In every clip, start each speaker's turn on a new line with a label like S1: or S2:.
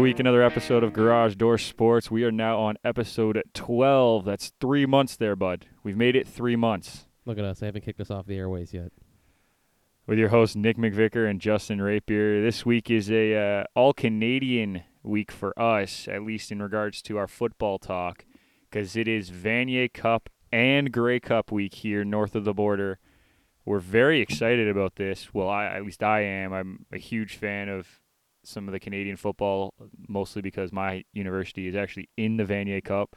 S1: week, another episode of Garage Door Sports. We are now on episode 12. That's three months there, bud. We've made it three months
S2: Look at us. They haven't kicked us off the airways yet.
S1: with your hosts Nick McVicker and Justin Rapier. This week is a uh, all Canadian week for us, at least in regards to our football talk, because it is Vanier Cup and Grey Cup week here north of the border. We're very excited about this. Well, I, at least I am. I'm a huge fan of some of the Canadian football, mostly because my university is actually in the Vanier Cup.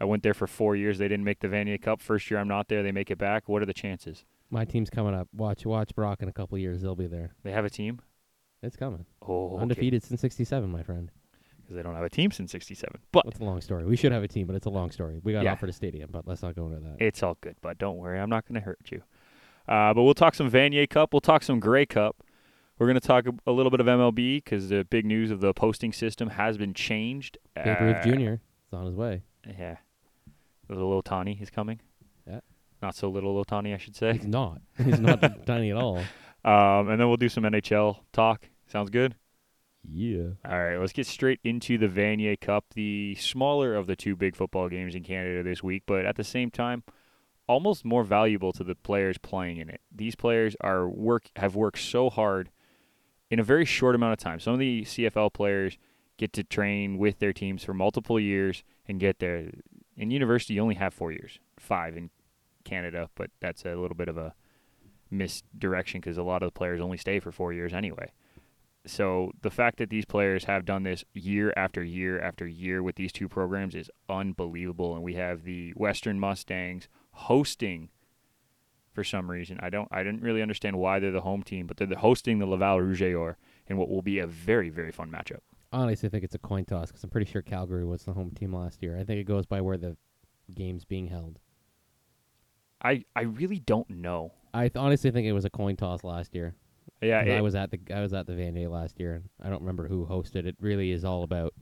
S1: I went there for four years. They didn't make the Vanier Cup. First year I'm not there. They make it back. What are the chances?
S2: My team's coming up. Watch, watch Brock in a couple years. They'll be there.
S1: They have a team?
S2: It's coming.
S1: Oh, okay.
S2: Undefeated since '67, my friend.
S1: because they don't have a team since '67. But
S2: That's a long story. We should have a team, but it's a long story. We got
S1: Yeah.
S2: offered a stadium, but let's not go into that.
S1: it's all good. But don't worry, I'm not going to hurt you. Uh, but we'll talk some Vanier Cup. We'll talk some Grey Cup. We're going to talk a, a little bit of MLB because the big news of the posting system has been changed.
S2: Babe
S1: Uh,
S2: Ruth Jr. is on his way.
S1: Yeah, little Otani is coming.
S2: Yeah.
S1: Not so little Otani, I should say.
S2: He's not. He's not tiny at all.
S1: Um, and then we'll do some NHL talk. Sounds good.
S2: Yeah.
S1: All right, let's get straight into the Vanier Cup, the smaller of the two big football games in Canada this week, but at the same time, almost more valuable to the players playing in it. These players are work have worked so hard in a very short amount of time. Some of the CFL players get to train with their teams for multiple years and get there. In university, you only have four years, five in Canada, but that's a little bit of a misdirection because a lot of the players only stay for four years anyway. So the fact that these players have done this year after year after year with these two programs is unbelievable. And we have the Western Mustangs hosting for some reason. I don't I didn't really understand why they're the home team, but they're the- hosting the Laval Rouge et Or in what will be a very, very fun matchup.
S2: Honestly, I think it's a coin toss because I'm pretty sure Calgary was the home team last year. I think it goes by where the game's being held.
S1: I, I really don't know.
S2: I th- honestly think it was a coin toss last year.
S1: Yeah,
S2: 'Cause I
S1: it-
S2: was at the I was at the Van Day last year, and I don't remember who hosted. It really is all about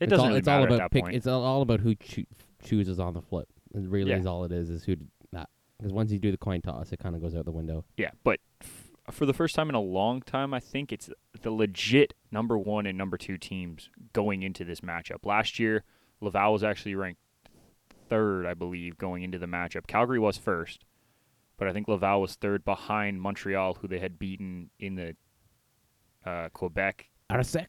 S1: it
S2: it's
S1: doesn't
S2: all,
S1: really
S2: it's
S1: matter
S2: all about
S1: at that
S2: pick,
S1: point.
S2: It's all, all about who choo- chooses on the flip. It really
S1: Yeah.
S2: is all it is is who d- that because once you do the coin toss, it kind of goes out the window.
S1: Yeah, but f- for the first time in a long time, I think it's the legit number one and number two teams going into this matchup. Last year, Laval was actually ranked third, I believe, going into the matchup. Calgary was first, but I think Laval was third behind Montreal, who they had beaten in the uh, Quebec.
S2: Arasek,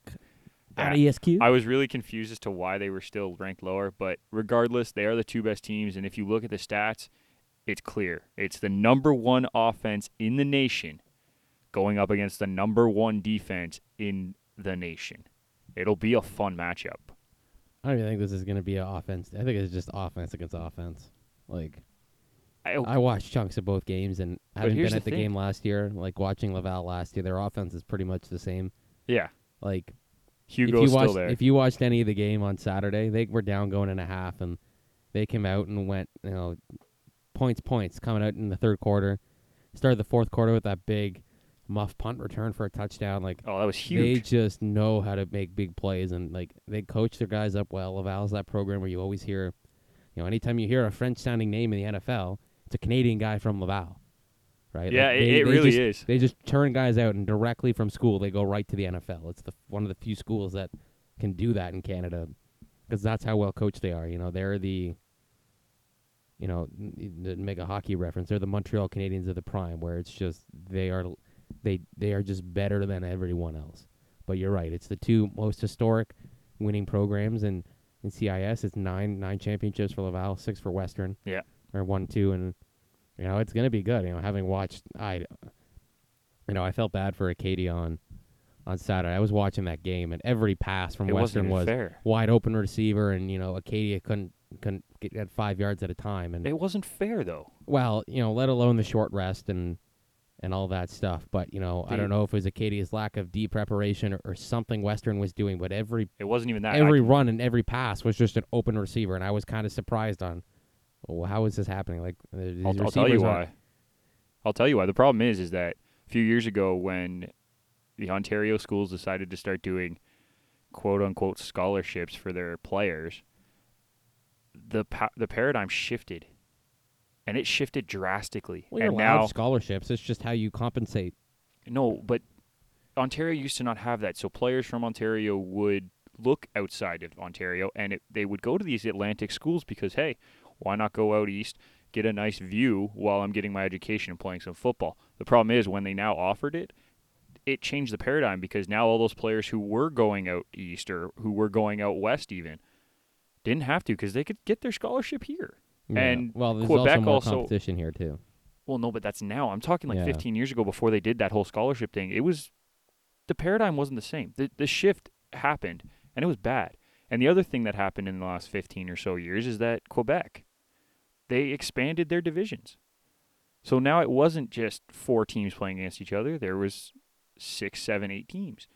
S1: Yeah.
S2: RESQ.
S1: I was really confused as to why they were still ranked lower, but regardless, they are the two best teams. And if you look at the stats, it's clear. It's the number one offense in the nation going up against the number one defense in the nation. It'll be a fun matchup.
S2: I don't even think this is going to be an offense. I think it's just offense against offense. Like
S1: I,
S2: I watched chunks of both games, and having
S1: Oh. here's the
S2: been at the
S1: thing.
S2: game last year, like watching Laval last year, their offense is pretty much the same.
S1: yeah,
S2: Like
S1: Hugo's
S2: if you watched,
S1: still there.
S2: If you watched any of the game on Saturday, they were down going in a half, and they came out and went, you know, points, points, coming out in the third quarter. Started the fourth quarter with that big muff punt return for a touchdown. Like
S1: oh, that was
S2: they
S1: huge.
S2: just know how to make big plays, and like they coach their guys up well. Laval's that program where you always hear, you know, anytime you hear a French-sounding name in the NFL, it's a Canadian guy from Laval, right?
S1: yeah,
S2: Like,
S1: it,
S2: they-
S1: it
S2: they
S1: really
S2: just-
S1: is.
S2: they just turn guys out, and directly from school they go right to the NFL. It's the one of the few schools that can do that in Canada, because that's how well coached they are. You know, they're the, you know, n- n- to make a hockey reference, they're the Montreal Canadiens of the prime, where it's just they are, they they are just better than everyone else. But you're right, it's the two most historic winning programs in in CIS. It's nine nine championships for Laval, six for Western.
S1: Yeah.
S2: or one two and. You know it's gonna be good. You know, having watched, I you know, I felt bad for Acadia on on Saturday. I was watching that game, and every pass from
S1: It wasn't
S2: Western
S1: even
S2: was
S1: fair.
S2: wide open receiver, and you know, Acadia couldn't couldn't get at five yards at a time, and
S1: It wasn't fair though.
S2: well, you know, let alone the short rest and and all that stuff. But you know, I
S1: Dude.
S2: don't know if it was Acadia's lack of deep preparation or, or something Western was doing, but every
S1: It wasn't even that. I-
S2: every run and every pass was just an open receiver, and I was kind of surprised on. Well, how is this happening? Like, uh, these
S1: I'll, I'll tell you
S2: receivers aren't-
S1: why. I'll tell you why. The problem is, is that a few years ago, when the Ontario schools decided to start doing "quote unquote" scholarships for their players, the pa- the paradigm shifted, and it shifted drastically.
S2: Well, you're
S1: and
S2: allowed
S1: now,
S2: scholarships. It's just how you compensate
S1: no, but Ontario used to not have that, so players from Ontario would look outside of Ontario, and it, they would go to these Atlantic schools because hey, why not go out east, get a nice view while I'm getting my education and playing some football? The problem is when they now offered it, it changed the paradigm because now all those players who were going out east or who were going out west even didn't have to because they could get their scholarship here.
S2: Yeah.
S1: And
S2: well, there's
S1: Quebec
S2: also more
S1: also-
S2: competition here too.
S1: Well, no, but that's now. I'm talking like
S2: Yeah.
S1: 15 years ago before they did that whole scholarship thing. It was the paradigm wasn't the same. The the shift happened and it was bad. And the other thing that happened in the last 15 or so years is that Quebec they expanded their divisions. So now it wasn't just four teams playing against each other. There was six, seven, eight teams.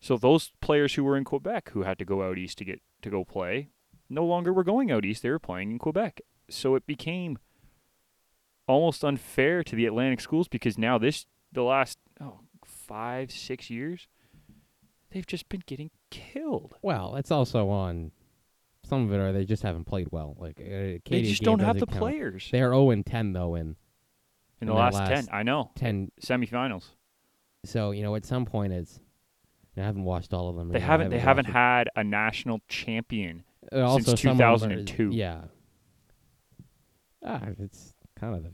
S1: So those players who were in Quebec who had to go out east to get to go play no longer were going out east. They were playing in Quebec. So it became almost unfair to the Atlantic schools because now this the last oh five six years they've just been getting killed.
S2: Well, it's also on some of it are they just haven't played well. Like uh,
S1: They
S2: Acadia's
S1: just
S2: game
S1: don't have the
S2: doesn't count.
S1: players
S2: They're 0 and 10 though in
S1: in the
S2: in their
S1: last,
S2: last-
S1: ten. I know
S2: 10.
S1: semifinals.
S2: So you know at some point it's. and I haven't watched all of them.
S1: They
S2: you know, I
S1: haven't. They haven't
S2: watched
S1: had a national champion.
S2: it. Uh, also
S1: since
S2: some of them are-
S1: 2002.
S2: yeah. Ah, it's kind of the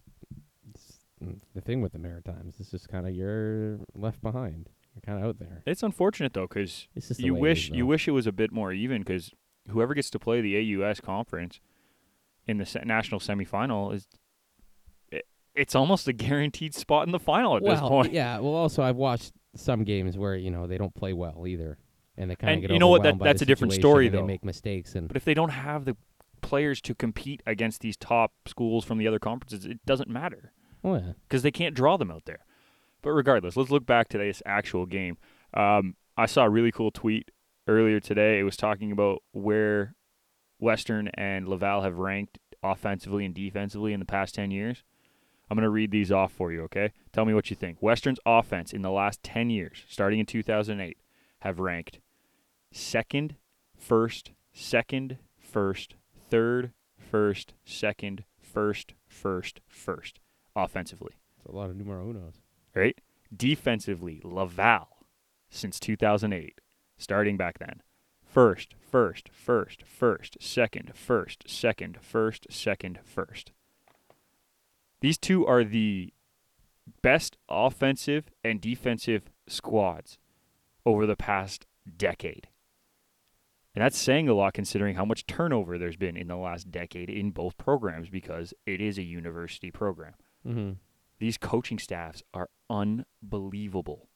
S2: it's mm, the thing with the Maritimes. It's just kind of you're left behind. You're kind of out there.
S1: It's unfortunate though because
S2: It's just the
S1: you
S2: way it
S1: wish
S2: is,
S1: you
S2: though.
S1: wish it was a bit more even because whoever gets to play the AUS conference in the se- national semifinal is it, it's almost a guaranteed spot in the final at
S2: well,
S1: this point.
S2: yeah. Well, also I've watched some games where you know they don't play well either, and they kind
S1: And
S2: of get
S1: you know what? That-
S2: overwhelmed by the
S1: that's a different
S2: situation
S1: story,
S2: and
S1: though.
S2: They make mistakes, and
S1: But if they don't have the players to compete against these top schools from the other conferences, it doesn't matter
S2: oh, yeah.
S1: because they can't draw them out there. But regardless, let's look back to this actual game. Um, I saw a really cool tweet earlier today. It was talking about where Western and Laval have ranked offensively and defensively in the past 10 years. I'm going to read these off for you, okay? Tell me what you think. Western's offense in the last 10 years, starting in 2008, have ranked second, first, second, first, third, first, second, first, first, first, offensively
S2: it's a lot of numero unos.
S1: right? Defensively, Laval since 2008, starting back then. First, first, first, first, second, first, second, first, second, first. These two are the best offensive and defensive squads over the past decade. And that's saying a lot considering how much turnover there's been in the last decade in both programs because it is a university program
S2: Mm-hmm.
S1: these coaching staffs are unbelievable.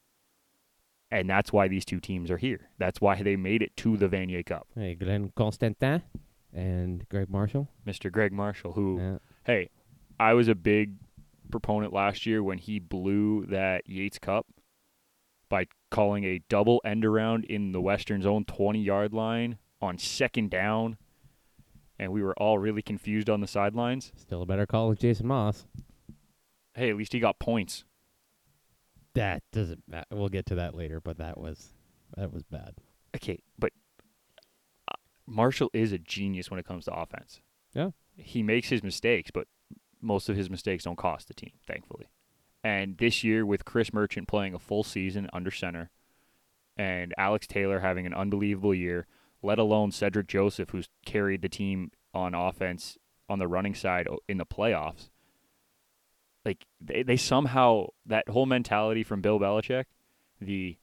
S1: And that's why these two teams are here. That's why they made it to the Vanier Cup.
S2: Hey, Glenn Constantin and Greg Marshall.
S1: Mr. Greg Marshall, who,
S2: Yeah.
S1: hey, I was a big proponent last year when he blew that Yates Cup by calling a double end around in the Western zone 20 yard line on second down. And we were all really confused on the sidelines.
S2: Still a better call with Jason Moss.
S1: Hey, at least he got points.
S2: That doesn't matter. We'll get to that later, but that was that was bad.
S1: okay, but uh, Marshall is a genius when it comes to offense.
S2: Yeah.
S1: He makes his mistakes, but most of his mistakes don't cost the team, thankfully. And this year, with Chris Merchant playing a full season under center and Alex Taylor having an unbelievable year, let alone Cedric Joseph, who's carried the team on offense on the running side o- in the playoffs, like they, they somehow, that whole mentality from Bill Belichick, the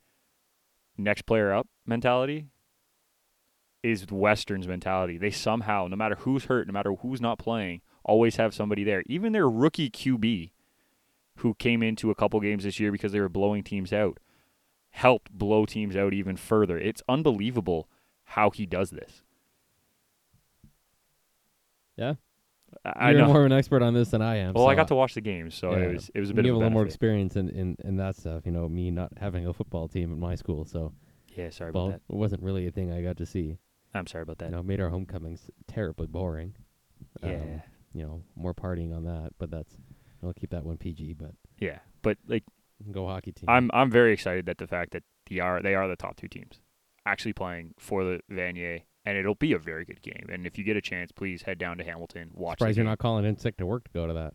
S1: next player up mentality is Western's mentality. They somehow, no matter who's hurt, no matter who's not playing, always have somebody there. Even their rookie QB, who came into a couple games this year because they were blowing teams out, helped blow teams out even further. It's unbelievable how he does this.
S2: Yeah.
S1: I I
S2: You're
S1: know.
S2: more of an expert on this than I am.
S1: well, I
S2: so
S1: got to watch the game, so
S2: Yeah.
S1: it was it was a bit
S2: you
S1: of a,
S2: have a little more
S1: benefit.
S2: experience in, in, in that stuff. You know, me not having a football team at my school, so
S1: Yeah, sorry about
S2: well,
S1: that.
S2: it wasn't really a thing I got to see.
S1: I'm sorry about that.
S2: You know, made our homecomings terribly boring. Um,
S1: yeah.
S2: you know, more partying on that, but that's I'll keep that one PG. But
S1: yeah, but like.
S2: go hockey team.
S1: I'm I'm very excited that the fact that they are they are the top two teams actually playing for the Vanier, and it'll be a very good game. And if you get a chance, please head down to Hamilton, watch. the
S2: surprised you're
S1: game.
S2: not calling in sick to work to go to that.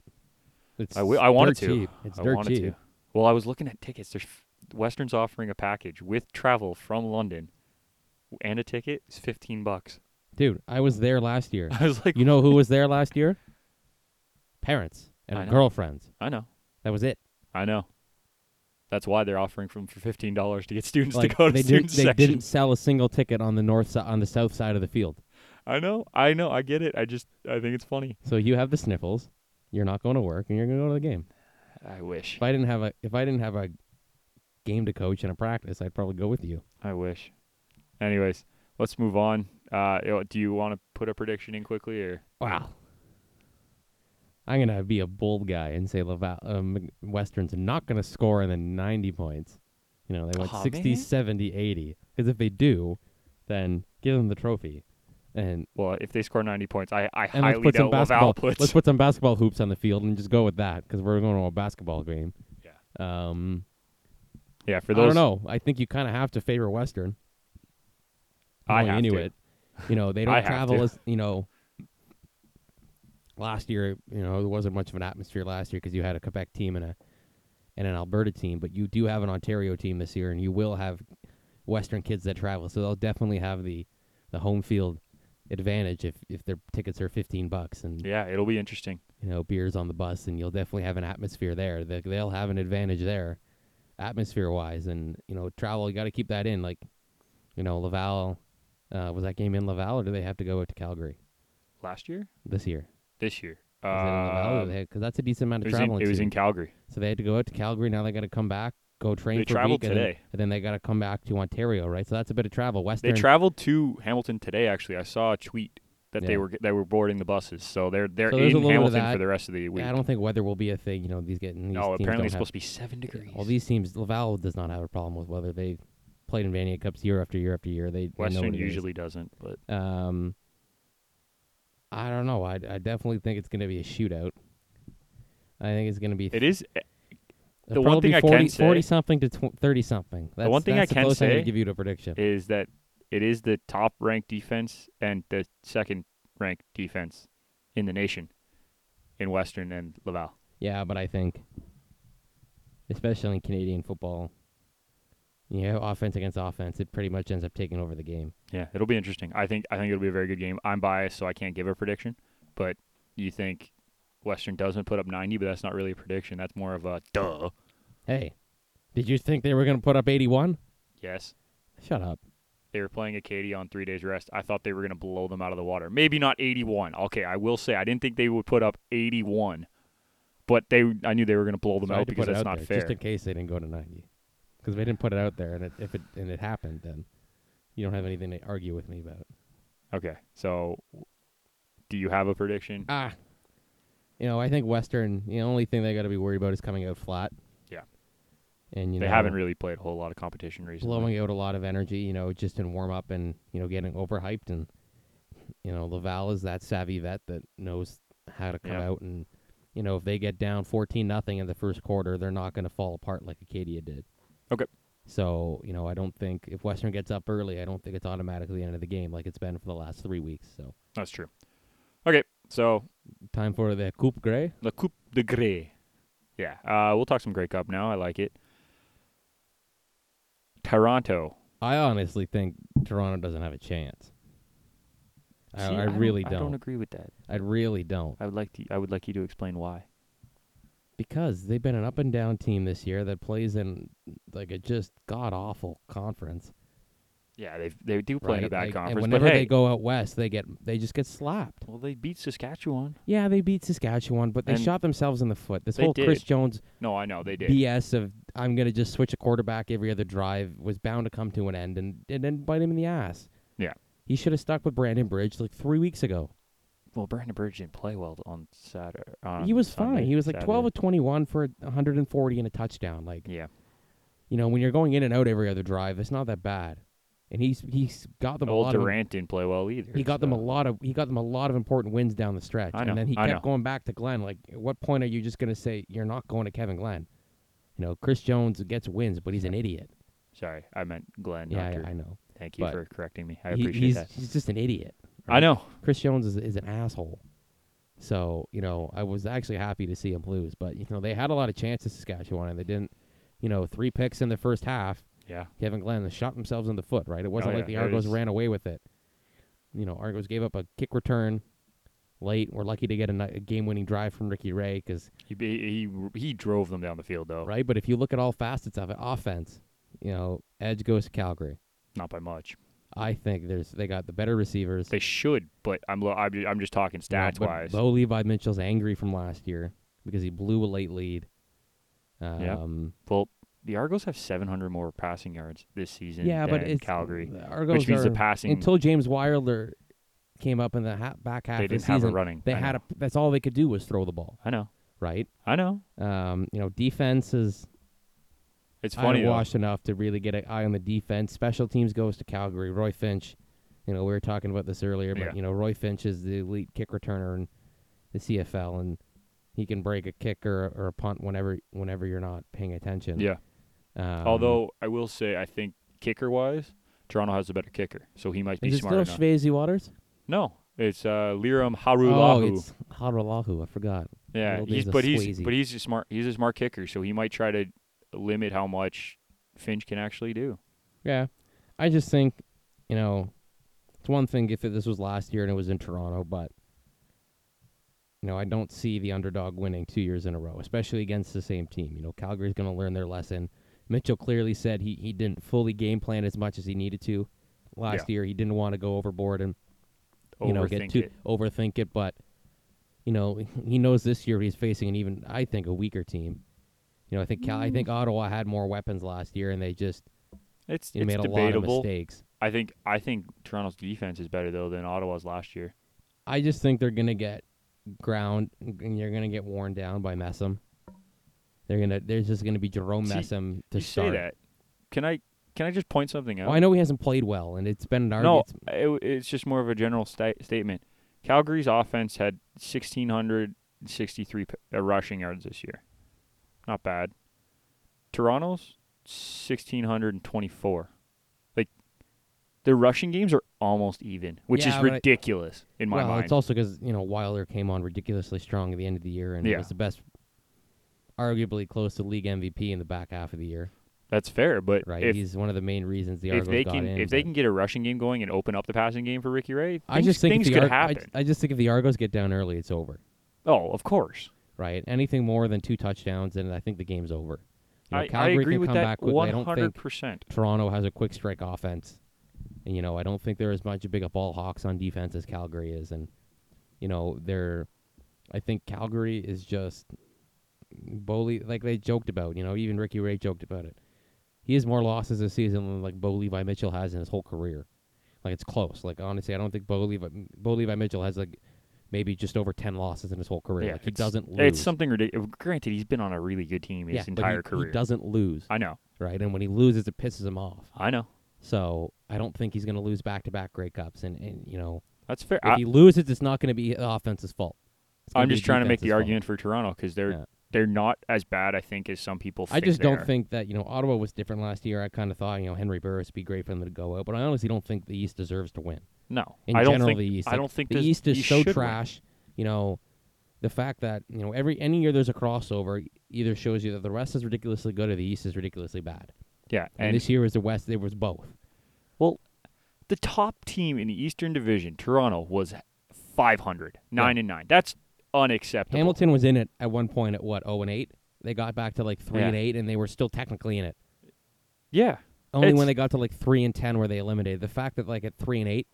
S2: It's
S1: I, wi- I wanted
S2: dirt
S1: to.
S2: cheap. It's
S1: I
S2: dirt
S1: wanted
S2: cheap.
S1: to. Well, I was looking at tickets. There's Western's offering a package with travel from London and a ticket is fifteen bucks.
S2: Dude, I was there last year.
S1: I was like,
S2: You know who was there last year? Parents
S1: I
S2: and
S1: know.
S2: girlfriends.
S1: I know,
S2: That was it.
S1: I know. That's why they're offering from for fifteen dollars to get students
S2: Like,
S1: to go to
S2: they,
S1: student
S2: didn't, they
S1: section.
S2: didn't sell a single ticket on the north si- on the south side of the field.
S1: I know, I know, I get it. I just I think it's funny.
S2: So you have the sniffles. You're not going to work, and you're going to go to the game.
S1: I wish.
S2: If I didn't have a if I didn't have a game to coach and a practice, I'd probably go with you.
S1: I wish. Anyways, let's move on. Uh, yo, do you want to put a prediction in quickly, or
S2: Wow. I'm gonna be a bold guy and say Laval um, Western's not gonna score in the 90 points. You know they want
S1: Aw,
S2: 60,
S1: man.
S2: 70, 80. Because if they do, then give them the trophy. And
S1: well, if they score ninety points, I I
S2: and let's
S1: highly
S2: put some
S1: doubt Laval
S2: basketball.
S1: puts.
S2: Let's put some basketball hoops on the field and just go with that because we're going to a basketball game.
S1: Yeah.
S2: Um.
S1: yeah, for
S2: I
S1: those
S2: don't know. I think you kind of have to favor Western.
S1: I
S2: Going
S1: have
S2: into
S1: to.
S2: it. You know, they
S1: I
S2: don't
S1: have
S2: travel
S1: to.
S2: as you know. Last year, you know, there wasn't much of an atmosphere last year because you had a Quebec team and a and an Alberta team, but you do have an Ontario team this year, and you will have Western kids that travel, so they'll definitely have the the home field advantage if if their tickets are fifteen bucks and
S1: Yeah, it'll be interesting.
S2: you know, beers on the bus, and you'll definitely have an atmosphere there. They, they'll have an advantage there, atmosphere wise, and you know, travel. You got to keep that in. Like, you know, Laval uh, was that game in Laval, or do they have to go to Calgary
S1: Last year,
S2: this year?
S1: this year,
S2: Was it in Laval?
S1: uh,
S2: Because that's a decent amount
S1: it
S2: of
S1: was, in,
S2: traveling.
S1: it was
S2: to.
S1: in Calgary.
S2: so they had to go out to Calgary. Now they got to come back, go train
S1: They
S2: for a
S1: traveled
S2: week, and then-
S1: today.
S2: and then they got to come back to Ontario, right? So that's a bit of travel.
S1: They
S2: Western.
S1: traveled to Hamilton today. Actually, I saw a tweet that they
S2: Yeah.
S1: were g- they were boarding the buses, so they're they're
S2: So there's a
S1: in
S2: little bit of
S1: Hamilton for
S2: that.
S1: the rest of the week.
S2: I don't think weather will be a thing. You know, these getting these
S1: no,
S2: teams
S1: apparently
S2: don't
S1: it's
S2: have
S1: supposed to be seven degrees.
S2: All these teams, Laval does not have a problem with weather. They've played in Vanier Cups year after year after year. They, they know
S1: Western
S2: what it is.
S1: usually doesn't, but
S2: Um, I don't know. I, I definitely think it's going to be a shootout. I think it's going to be.
S1: it is the
S2: it'll
S1: one thing
S2: probably be
S1: I
S2: 40,
S1: can say-
S2: forty something to tw- thirty something. That's,
S1: one thing I
S2: that's the
S1: can
S2: closest I'm
S1: say
S2: gonna give you to a prediction.
S1: is that it is the top ranked defense and the second ranked defense in the nation in Western and Laval.
S2: yeah, but I think, especially in Canadian football, you have offense against offense. It pretty much ends up taking over the game.
S1: Yeah, it'll be interesting. I think I think it'll be a very good game. I'm biased, so I can't give a prediction. But you think Western doesn't put up 90, but that's not really a prediction. That's more of a duh.
S2: Hey, did you think they were going to put up eighty-one?
S1: Yes,
S2: Shut up.
S1: they were playing Acadia on three days rest. I thought they were going to blow them out of the water. Maybe not 81. Okay, I will say I didn't think they would put up 81, but they I knew they were going to blow them
S2: So I
S1: out
S2: had to
S1: because
S2: put it
S1: that's
S2: out
S1: not
S2: there,
S1: fair.
S2: Just in case they didn't go to ninety, because they didn't put it out there, and it, if it and it happened, then you don't have anything to argue with me about.
S1: Okay, so do you have a prediction?
S2: Ah, you know, I think Western. The only thing they got to be worried about is coming out flat.
S1: Yeah.
S2: and you
S1: they
S2: know,
S1: haven't really played a whole lot of competition recently.
S2: blowing out a lot of energy. You know, just in warm up and you know getting overhyped, and you know Laval is that savvy vet that knows how to come
S1: Yeah.
S2: out and. You know, if they get down fourteen nothing in the first quarter, they're not going to fall apart like Acadia did.
S1: Okay.
S2: So, you know, I don't think if Western gets up early, I don't think it's automatically the end of the game like it's been for the last three weeks. So,
S1: That's true. Okay, so
S2: time for the Coupe Grey.
S1: La Coupe de Grey. Yeah, uh, we'll talk some Grey Cup now. I like it. Toronto.
S2: I honestly think Toronto doesn't have a chance. I, I really don't.
S1: I don't agree with that.
S2: I really don't
S1: I would like to. I would like you to explain why.
S2: because they've been an up and down team this year that plays in like a just god awful conference.
S1: Yeah, they they do play in a
S2: right?
S1: bad
S2: Like,
S1: conference,
S2: And
S1: but
S2: whenever
S1: hey,
S2: they go out west, they get they just get slapped.
S1: well, they beat Saskatchewan.
S2: Yeah, they beat Saskatchewan, but they
S1: And
S2: shot themselves in the foot. This
S1: they
S2: whole Chris
S1: did.
S2: Jones
S1: No, I know they did.
S2: BS of I'm gonna just switch a quarterback every other drive was bound to come to an end and and then bite him in the ass.
S1: Yeah.
S2: He should have stuck with Brandon Bridge like three weeks ago.
S1: well, Brandon Burge didn't play well on Saturday. on
S2: he was
S1: Sunday,
S2: fine. He was like
S1: Saturday.
S2: 12 of 21 for 140 and a touchdown. Like,
S1: Yeah,
S2: you know, when you're going in and out every other drive, it's not that bad. And he's he's got them a
S1: old
S2: lot of
S1: Durant didn't play well either.
S2: he got them a
S1: so-
S2: lot of he got them a lot of important wins down the stretch.
S1: I know,
S2: and then he
S1: I
S2: kept
S1: know.
S2: going back to Glenn. Like, at what point are you just gonna say you're not going to Kevin Glenn? You know, Chris Jones gets wins, but he's an idiot.
S1: Sorry, I meant Glenn.
S2: Yeah,
S1: Yeah,
S2: I, I know.
S1: Thank you
S2: but
S1: for correcting me. I
S2: He-
S1: appreciate
S2: he's,
S1: that.
S2: He's just an idiot.
S1: I know.
S2: Chris Jones is, is an asshole. So, you know, I was actually happy to see him lose, but you know, they had a lot of chances Saskatchewan and they didn't, you know, three picks in the first half.
S1: Yeah.
S2: Kevin Glenn, they shot themselves in the foot, right? It wasn't
S1: Oh, yeah,
S2: like the
S1: it
S2: Argos
S1: is.
S2: ran away with it. You know, Argos gave up a kick return late. We're lucky to get a, ni- a game-winning drive from Ricky Ray because
S1: He he he- he drove them down the field though.
S2: right. But if you look at all facets of it, offense, you know, edge goes to Calgary.
S1: Not by much.
S2: I think there's they got the better receivers.
S1: They should, but I'm lo- I'm ju- I'm just talking
S2: You know,
S1: stats
S2: but
S1: wise.
S2: Bo Levi Mitchell's angry from last year because he blew a late lead. Um,
S1: Yeah. Well, the Argos have 700 more passing yards this season
S2: yeah,
S1: than
S2: but it's
S1: Calgary,
S2: the Argos
S1: which means the
S2: are-
S1: passing
S2: until James Wilder came up in the ha- back half
S1: they
S2: of the
S1: didn't have a
S2: season.
S1: running.
S2: They
S1: I
S2: had
S1: know.
S2: a that's all they could do was throw the ball,
S1: I know.
S2: right?
S1: I know.
S2: Um, you know, defense is
S1: It's
S2: I
S1: funny
S2: haven't
S1: though.
S2: watched enough to really get an eye on the defense. Special teams goes to Calgary. Roy Finch, you know, we were talking about this earlier, but
S1: Yeah.
S2: you know, Roy Finch is the elite kick returner in the CFL, and he can break a kick or, or a punt whenever whenever you're not paying attention.
S1: Yeah.
S2: Um,
S1: Although I will say, I think kicker wise, Toronto has a better kicker, so he might be
S2: is it
S1: smart
S2: still
S1: enough.
S2: Shvazy Waters?
S1: no, it's uh, Liram
S2: Oh,
S1: Harulahu.
S2: it's Harulahu. I forgot.
S1: yeah,
S2: old
S1: he's
S2: days of
S1: but he's
S2: Swayze.
S1: but he's a smart he's a smart kicker, so he might try to limit how much Finch can actually do.
S2: Yeah, I just think you know it's one thing if this was last year and it was in Toronto, but you know I don't see the underdog winning two years in a row, especially against the same team. You know Calgary's going to learn their lesson. Mitchell clearly said he he didn't fully game plan as much as he needed to last year. He didn't want to go overboard and you know get
S1: Overthink
S2: too
S1: it.
S2: overthink it, but you know he knows this year he's facing an even I think a weaker team. You know I think Cal- I think Ottawa had more weapons last year and they just
S1: It's
S2: you know,
S1: it's
S2: made a lot
S1: debatable.
S2: of mistakes.
S1: I think I think Toronto's defense is better though than Ottawa's last year.
S2: I just think they're gonna get ground and you're gonna get worn down by Messam. They're gonna there's just gonna be Jerome
S1: See,
S2: Messam to
S1: you
S2: start.
S1: say that. Can I can I just point something out?
S2: Well, I know he hasn't played well and it's been an
S1: no,
S2: argument.
S1: it, it's just more of a general sta- statement. Calgary's offense had 1663 p- uh, rushing yards this year. Not bad. Toronto's 1624. Like their rushing games are almost even, which
S2: Yeah,
S1: is
S2: but I-
S1: ridiculous in my
S2: well,
S1: mind.
S2: it's also because you know Wilder came on ridiculously strong at the end of the year and
S1: Yeah.
S2: was the best, arguably close to league MVP in the back half of the year.
S1: That's fair, but
S2: Right,
S1: if
S2: he's one of the main reasons the
S1: if
S2: Argos
S1: they
S2: got
S1: can
S2: in.
S1: if they
S2: but-
S1: can get a rushing game going and open up the passing game for Ricky Ray, things,
S2: I just think if
S1: things
S2: the
S1: could
S2: Ar- I,
S1: happen.
S2: I just think if the Argos get down early, it's over.
S1: oh, of course.
S2: right? Anything more than two touchdowns, and I think the game's over. You know,
S1: I, I
S2: Calgary
S1: agree
S2: can
S1: with
S2: come
S1: that
S2: back quickly. I don't think
S1: 100%.
S2: Toronto has a quick strike offense, and you know I don't think they're as much a big a ball hawks on defense as Calgary is, and you know they're. I think Calgary is just Bowley like they joked about. You know, even Ricky Ray joked about it. He has more losses this season than like Bo Levi Mitchell has in his whole career. Like it's close. Like honestly, I don't think Bo Levi, Bo Levi Mitchell has like maybe just over ten losses in his whole career. like he
S1: it's-
S2: doesn't lose.
S1: It's something ridiculous. Granted, he's been on a really good team his
S2: yeah, but he-
S1: entire
S2: he,
S1: career.
S2: doesn't lose,
S1: I know.
S2: right? And when he loses, it pisses him off.
S1: I know.
S2: So I don't think he's going to lose back-to-back Grey Cups, and, and you know
S1: That's fair.
S2: if
S1: I,
S2: he loses, it's not going to be the offense's fault. It's gonna
S1: am
S2: be
S1: just trying to make
S2: defense's
S1: the
S2: fault.
S1: argument for Toronto because they're
S2: Yeah.
S1: they're not as bad, I think, as some people.
S2: I
S1: think
S2: just
S1: they
S2: don't
S1: are.
S2: think that you know Ottawa was different last year. I kind of thought you know Henry Burris would be great for them to go out, but I honestly don't think the East deserves to win.
S1: No,
S2: in
S1: I don't
S2: general
S1: think.
S2: the East.
S1: I
S2: Like,
S1: don't think
S2: the
S1: this-
S2: East
S1: you
S2: is so
S1: should win.
S2: trash. You know, the fact that you know every any year there's a crossover either shows you that the West is ridiculously good or the East is ridiculously bad.
S1: Yeah,
S2: And,
S1: and
S2: this year was the West. There was both.
S1: the top team in the Eastern Division, Toronto, was 500, nine and nine. That's unacceptable.
S2: Hamilton was in it at one point at what zero and eight. They got back to like three
S1: Yeah.
S2: and eight, and they were still technically in it.
S1: Yeah,
S2: Only when
S1: It's-
S2: they got to like three and ten where they eliminated. The fact that like at three and eight,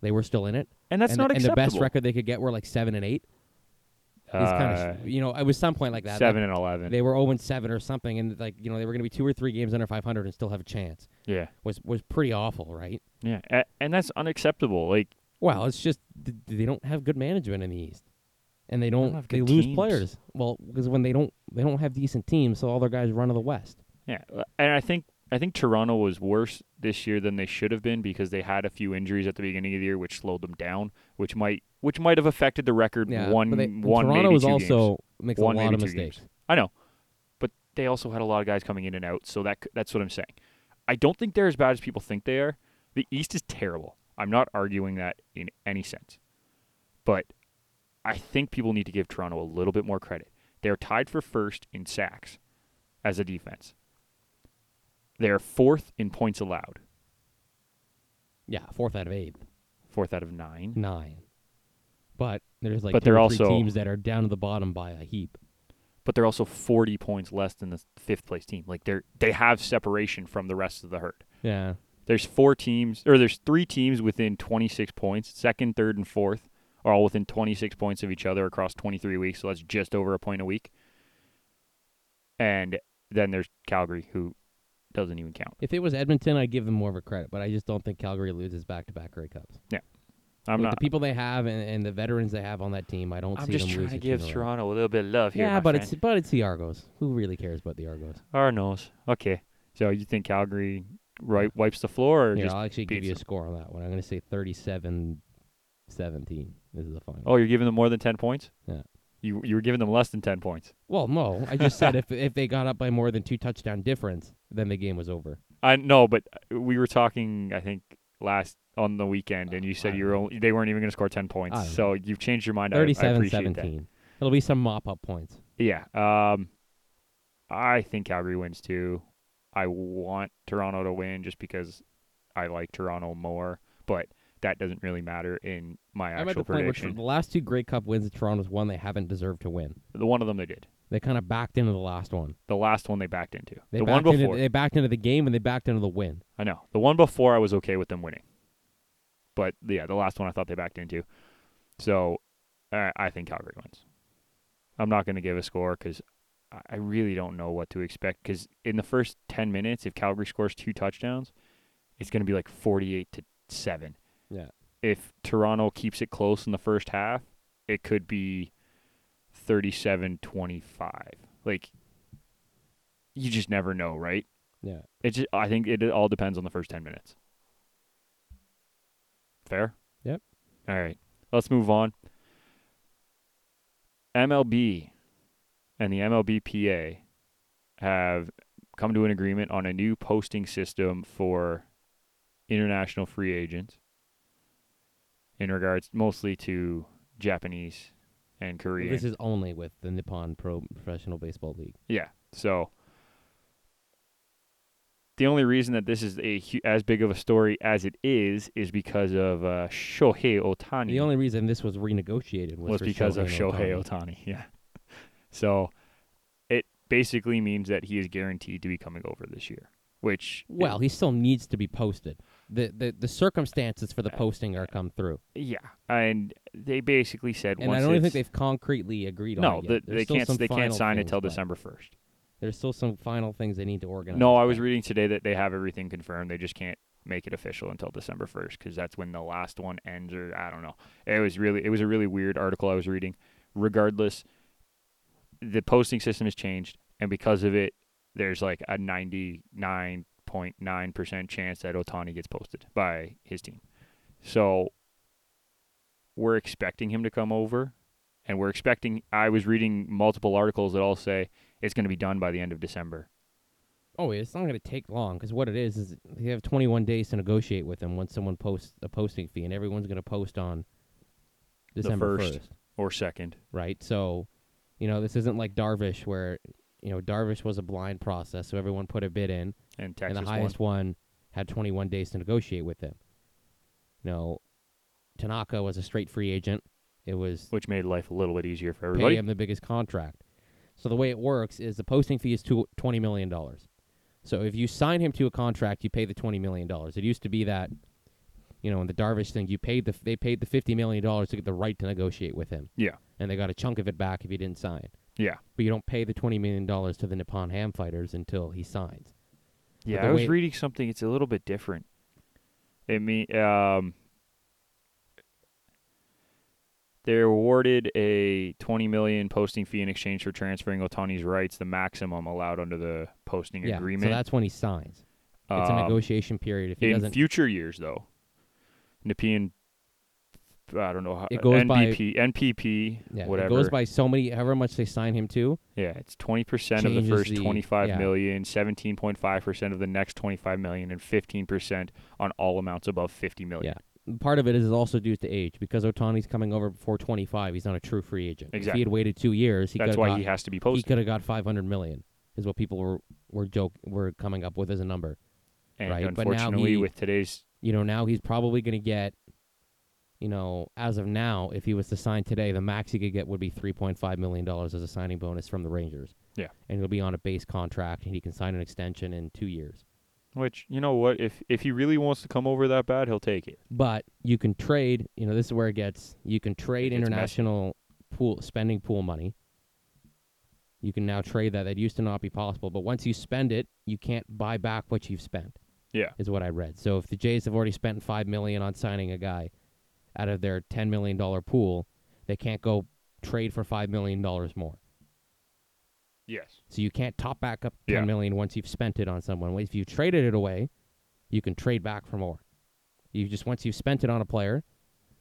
S2: they were still in it.
S1: and that's
S2: and,
S1: not
S2: and the
S1: acceptable.
S2: best record they could get were like seven and eight. Is kind of you know it was some point like that.
S1: Uh, seven
S2: Like,
S1: and eleven.
S2: they were zero and seven or something, and like you know they were going to be two or three games under five hundred and still have a chance.
S1: yeah,
S2: Was was pretty awful, right?
S1: yeah, A- and that's unacceptable. Like
S2: Well, it's just th- they don't have good management in the East, and they don't.
S1: have
S2: they
S1: good
S2: lose
S1: teams.
S2: players. Well, because when they don't, they don't have decent teams, so all their guys run to the West.
S1: Yeah, uh, and I think I think Toronto was worse this year than they should have been because they had a few injuries at the beginning of the year, which slowed them down, which might which might have affected the record
S2: Yeah,
S1: one
S2: but they, but
S1: one
S2: Toronto
S1: maybe
S2: is
S1: two
S2: also
S1: games.
S2: makes
S1: One,
S2: a lot
S1: maybe
S2: of
S1: two
S2: mistakes.
S1: games. I know, but they also had a lot of guys coming in and out, so that c- that's what I'm saying. I don't think they're as bad as people think they are. The East is terrible. I'm not arguing that in any sense, but I think people need to give Toronto a little bit more credit. They're tied for first in sacks as a defense. They are fourth in points allowed,
S2: Yeah, fourth out of eighth,
S1: fourth out of nine.
S2: nine. But there's like
S1: But
S2: two or
S1: they're
S2: three
S1: also-
S2: teams that are down to the bottom by a heap.
S1: But they're also 40 points less than the fifth place team. Like they're they have separation from the rest of the herd.
S2: Yeah,
S1: There's four teams, or there's three teams within 26 points. Second, third, and fourth are all within 26 points of each other across 23 weeks. So that's just over a point a week. And then there's Calgary, who doesn't even count.
S2: if it was Edmonton, I'd give them more of a credit, but I just don't think Calgary loses back-to-back Grey Cups.
S1: I'm
S2: With
S1: not.
S2: the people they have and, and the veterans they have on that team. I don't
S1: I'm
S2: see
S1: just
S2: them
S1: trying to
S2: losing
S1: give
S2: two in a row.
S1: Toronto a little bit of love here.
S2: Yeah, but it's but it's the Argos. Who really cares about the Argos?
S1: our nose. Okay, so you think Calgary right wipes the floor? Or
S2: Here,
S1: just,
S2: I'll actually give
S1: beats
S2: you a
S1: them.
S2: score on that one. I'm going to say 37-17 is the final.
S1: oh, you're giving them more than 10 points.
S2: Yeah.
S1: You you were giving them less than 10 points.
S2: Well, no, I just said if if they got up by more than two touchdown difference, then the game was over.
S1: I no, but uh, we were talking. I think last on the weekend, and you
S2: I
S1: said
S2: don't
S1: you were only, they weren't even going to score ten points.
S2: I don't
S1: So you've changed your mind. I- I
S2: Thirty-seven,
S1: appreciate that.
S2: seventeen. It'll be some mop-up points.
S1: Yeah. Um, I think Calgary wins too. I want Toronto to win just because I like Toronto more, but that doesn't really matter in my
S2: I'm at
S1: actual
S2: the point where tr-
S1: prediction.
S2: the last two Grey Cup wins that Toronto's won, they haven't deserved to win.
S1: the one of them they did.
S2: They kind of backed into the last one.
S1: The last one they backed into.
S2: They
S1: the one
S2: backed
S1: before.
S2: Into, they backed into the game and they backed into the win.
S1: I know. The one before I was okay with them winning. But yeah, the last one I thought they backed into. So I I think Calgary wins. I'm not going to give a score because I I really don't know what to expect. Because in the first 10 minutes, if Calgary scores two touchdowns, it's going to be like 48 to 7.
S2: Yeah.
S1: If Toronto keeps it close in the first half, it could be 37 25. Like, you just never know, right?
S2: Yeah.
S1: It just, I think it all depends on the first 10 minutes. Fair?
S2: Yep.
S1: All right. Let's move on. MLB and the MLBPA have come to an agreement on a new posting system for international free agents in regards mostly to Japanese and Korean.
S2: This is only with the Nippon Pro Professional Baseball League.
S1: Yeah. So the only reason that this is a hu- as big of a story as it is is because of uh, Shohei Otani.
S2: The only reason this was renegotiated was,
S1: was
S2: for
S1: because of Shohei
S2: Ohtani.
S1: Otani. Yeah. So it basically means that he is guaranteed to be coming over this year, which
S2: Well, he still needs to be posted. The the, the circumstances for the
S1: Uh,
S2: posting are come through,
S1: yeah, and they basically said
S2: and
S1: once
S2: I don't even
S1: it's-
S2: think they've concretely agreed on
S1: no,
S2: it
S1: the,
S2: yet. There's
S1: they
S2: still
S1: can't
S2: some
S1: they can't
S2: final
S1: sign
S2: things,
S1: until
S2: but
S1: December first.
S2: There's still some final things they need to organize.
S1: No, I
S2: but
S1: was reading today that they have everything confirmed. They just can't make it official until December 1st because that's when the last one ends or I don't know. It was really it was a really weird article I was reading. Regardless, the posting system has changed and because of it there's like a 99.9% chance that Otani gets posted by his team. So we're expecting him to come over and we're expecting I was reading multiple articles that all say it's going to be done by the end of December.
S2: Oh, it's not going to take long because what it is is they have 21 days to negotiate with them once someone posts a posting fee, and everyone's going to post on December
S1: first.
S2: 1st,
S1: or second.
S2: right? So, you know, this isn't like Darvish where you know Darvish was a blind process, so everyone put a bid in,
S1: And Texas
S2: and the highest one. had 21 days to negotiate with them. You know, Tanaka was a straight free agent. It was
S1: won, which made life a little bit easier for
S2: pay
S1: everybody.
S2: him the biggest contract. So the way it works is the posting fee is two, $20 million. So if you sign him to a contract, you pay the $20 million. It used to be that, you know, in the Darvish thing, you paid the they paid the $50 million to get the right to negotiate with him.
S1: Yeah.
S2: And they got a chunk of it back if he didn't sign.
S1: Yeah.
S2: But you don't pay the $20 million to the Nippon Ham Fighters until he signs.
S1: Yeah,
S2: the
S1: I was
S2: way-
S1: reading something. It's a little bit different. It mean um, they're awarded a twenty million posting fee in exchange for transferring Otani's rights, the maximum allowed under the posting
S2: yeah.
S1: agreement.
S2: So that's when he signs. It's a
S1: Um,
S2: negotiation period. If he
S1: in
S2: doesn't,
S1: future years, though, Nepean, I don't know how
S2: It goes by-
S1: NBP, NPP,
S2: yeah, it
S1: whatever.
S2: goes by so many, however much they sign him to.
S1: Yeah, it's twenty percent of the
S2: Changes
S1: first
S2: the-
S1: twenty-five
S2: yeah.
S1: million, seventeen point five percent of the next twenty-five million, and fifteen percent on all amounts above fifty million.
S2: Part of it is also due to age because Otani's coming over before 25. He's not a true free agent. If he
S1: Exactly.
S2: had waited two years, he
S1: That's
S2: could
S1: why
S2: got,
S1: he has to be
S2: he
S1: posted.
S2: could have got 500 million. Is what people were we're joke we're coming up with as a number.
S1: And
S2: Right, but now
S1: unfortunately,
S2: he-
S1: with today's
S2: You know, now he's probably going to get, you know, as of now, if he was to sign today, the max he could get would be three point five million dollars as a signing bonus from the Rangers.
S1: Yeah.
S2: and he'll be on a base contract, and he can sign an extension in two years.
S1: Which you know what, if if he really wants to come over that bad, he'll take it.
S2: But you can trade. You know, this is where it gets. You can trade
S1: It gets messy.
S2: international pool spending pool money. You can now trade that. That used to not be possible. But once you spend it, you can't buy back what you've spent.
S1: Yeah.
S2: is what I read. So if the Jays have already spent five million on signing a guy out of their ten million dollar pool, they can't go trade for five million dollars more.
S1: Yes.
S2: So you can't top back up
S1: Yeah.
S2: ten million once you've spent it on someone. If you traded it away, you can trade back for more. You just once you've spent it on a player,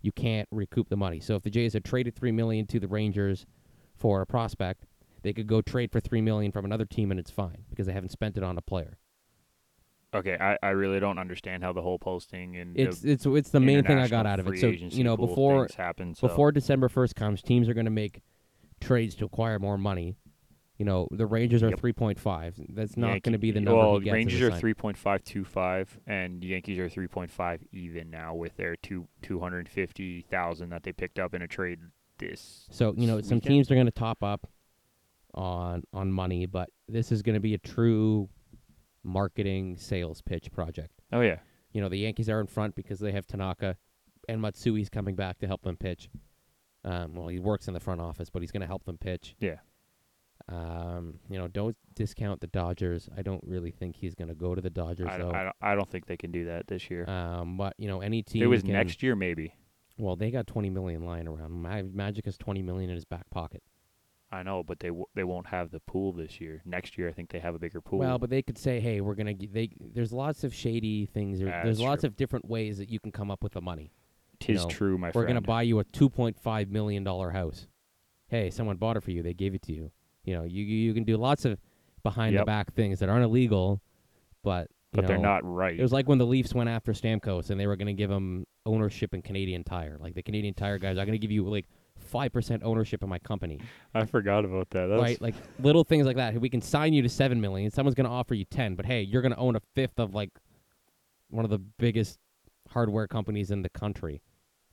S2: you can't recoup the money. So if the Jays had traded three million to the Rangers for a prospect, they could go trade for three million from another team and it's fine because they haven't spent it on a player.
S1: Okay, I, I really don't understand how the whole posting and
S2: It's
S1: the
S2: it's it's the main thing I got
S1: international
S2: out of it.
S1: free
S2: So
S1: agency
S2: you know
S1: pool
S2: before
S1: things happen, so-
S2: Before December first comes, teams are going to make trades to acquire more money. You know, the Rangers are
S1: Yep.
S2: three point five. That's not
S1: Yankee-
S2: going to be the number.
S1: Well,
S2: he gets as a
S1: Rangers are
S2: sign-
S1: three point five two five, and Yankees are three point five even now with their two two hundred fifty thousand that they picked up in a trade this.
S2: So you know,
S1: this
S2: some
S1: weekend.
S2: teams are going to top up on on money, but this is going to be a true marketing sales pitch project.
S1: Oh yeah,
S2: You know, the Yankees are in front because they have Tanaka and Matsui's coming back to help them pitch. Um, well, he works in the front office, but he's going to help them pitch.
S1: Yeah.
S2: Um, you know, don't discount the Dodgers. I don't really think he's going to go to the Dodgers
S1: I
S2: though.
S1: don't, I don't I don't think they can do that this year.
S2: um, but you know, any
S1: If
S2: team
S1: it was
S2: can-
S1: next year maybe.
S2: Well, they got 20 million lying around. Ma- Magic has 20 million in his back pocket.
S1: I know, but they w- they won't have the pool this year. Next year, I think they have a bigger pool.
S2: Well, but they could say, "Hey, we're gonna." G- they there's lots of shady things. There,
S1: Ah,
S2: there's
S1: that's
S2: lots
S1: true.
S2: of different ways that you can come up with the money.
S1: tis
S2: no,
S1: true, my
S2: we're
S1: friend.
S2: gonna buy you a 2.5 million dollar house. Hey, someone bought it for you. They gave it to you. You know, you you you can do lots of behind the
S1: Yep.
S2: back things that aren't illegal, but you
S1: but they're
S2: know,
S1: not right.
S2: It was like when the Leafs went after Stamkos and they were going to give him ownership in Canadian Tire. Like the Canadian Tire guys, I'm going to give you like five percent ownership in my company,
S1: I forgot about that.
S2: right? Like little things like that. Hey, We can sign you to seven million. Someone's going to offer you ten, but hey, you're going to own a fifth of like one of the biggest hardware companies in the country.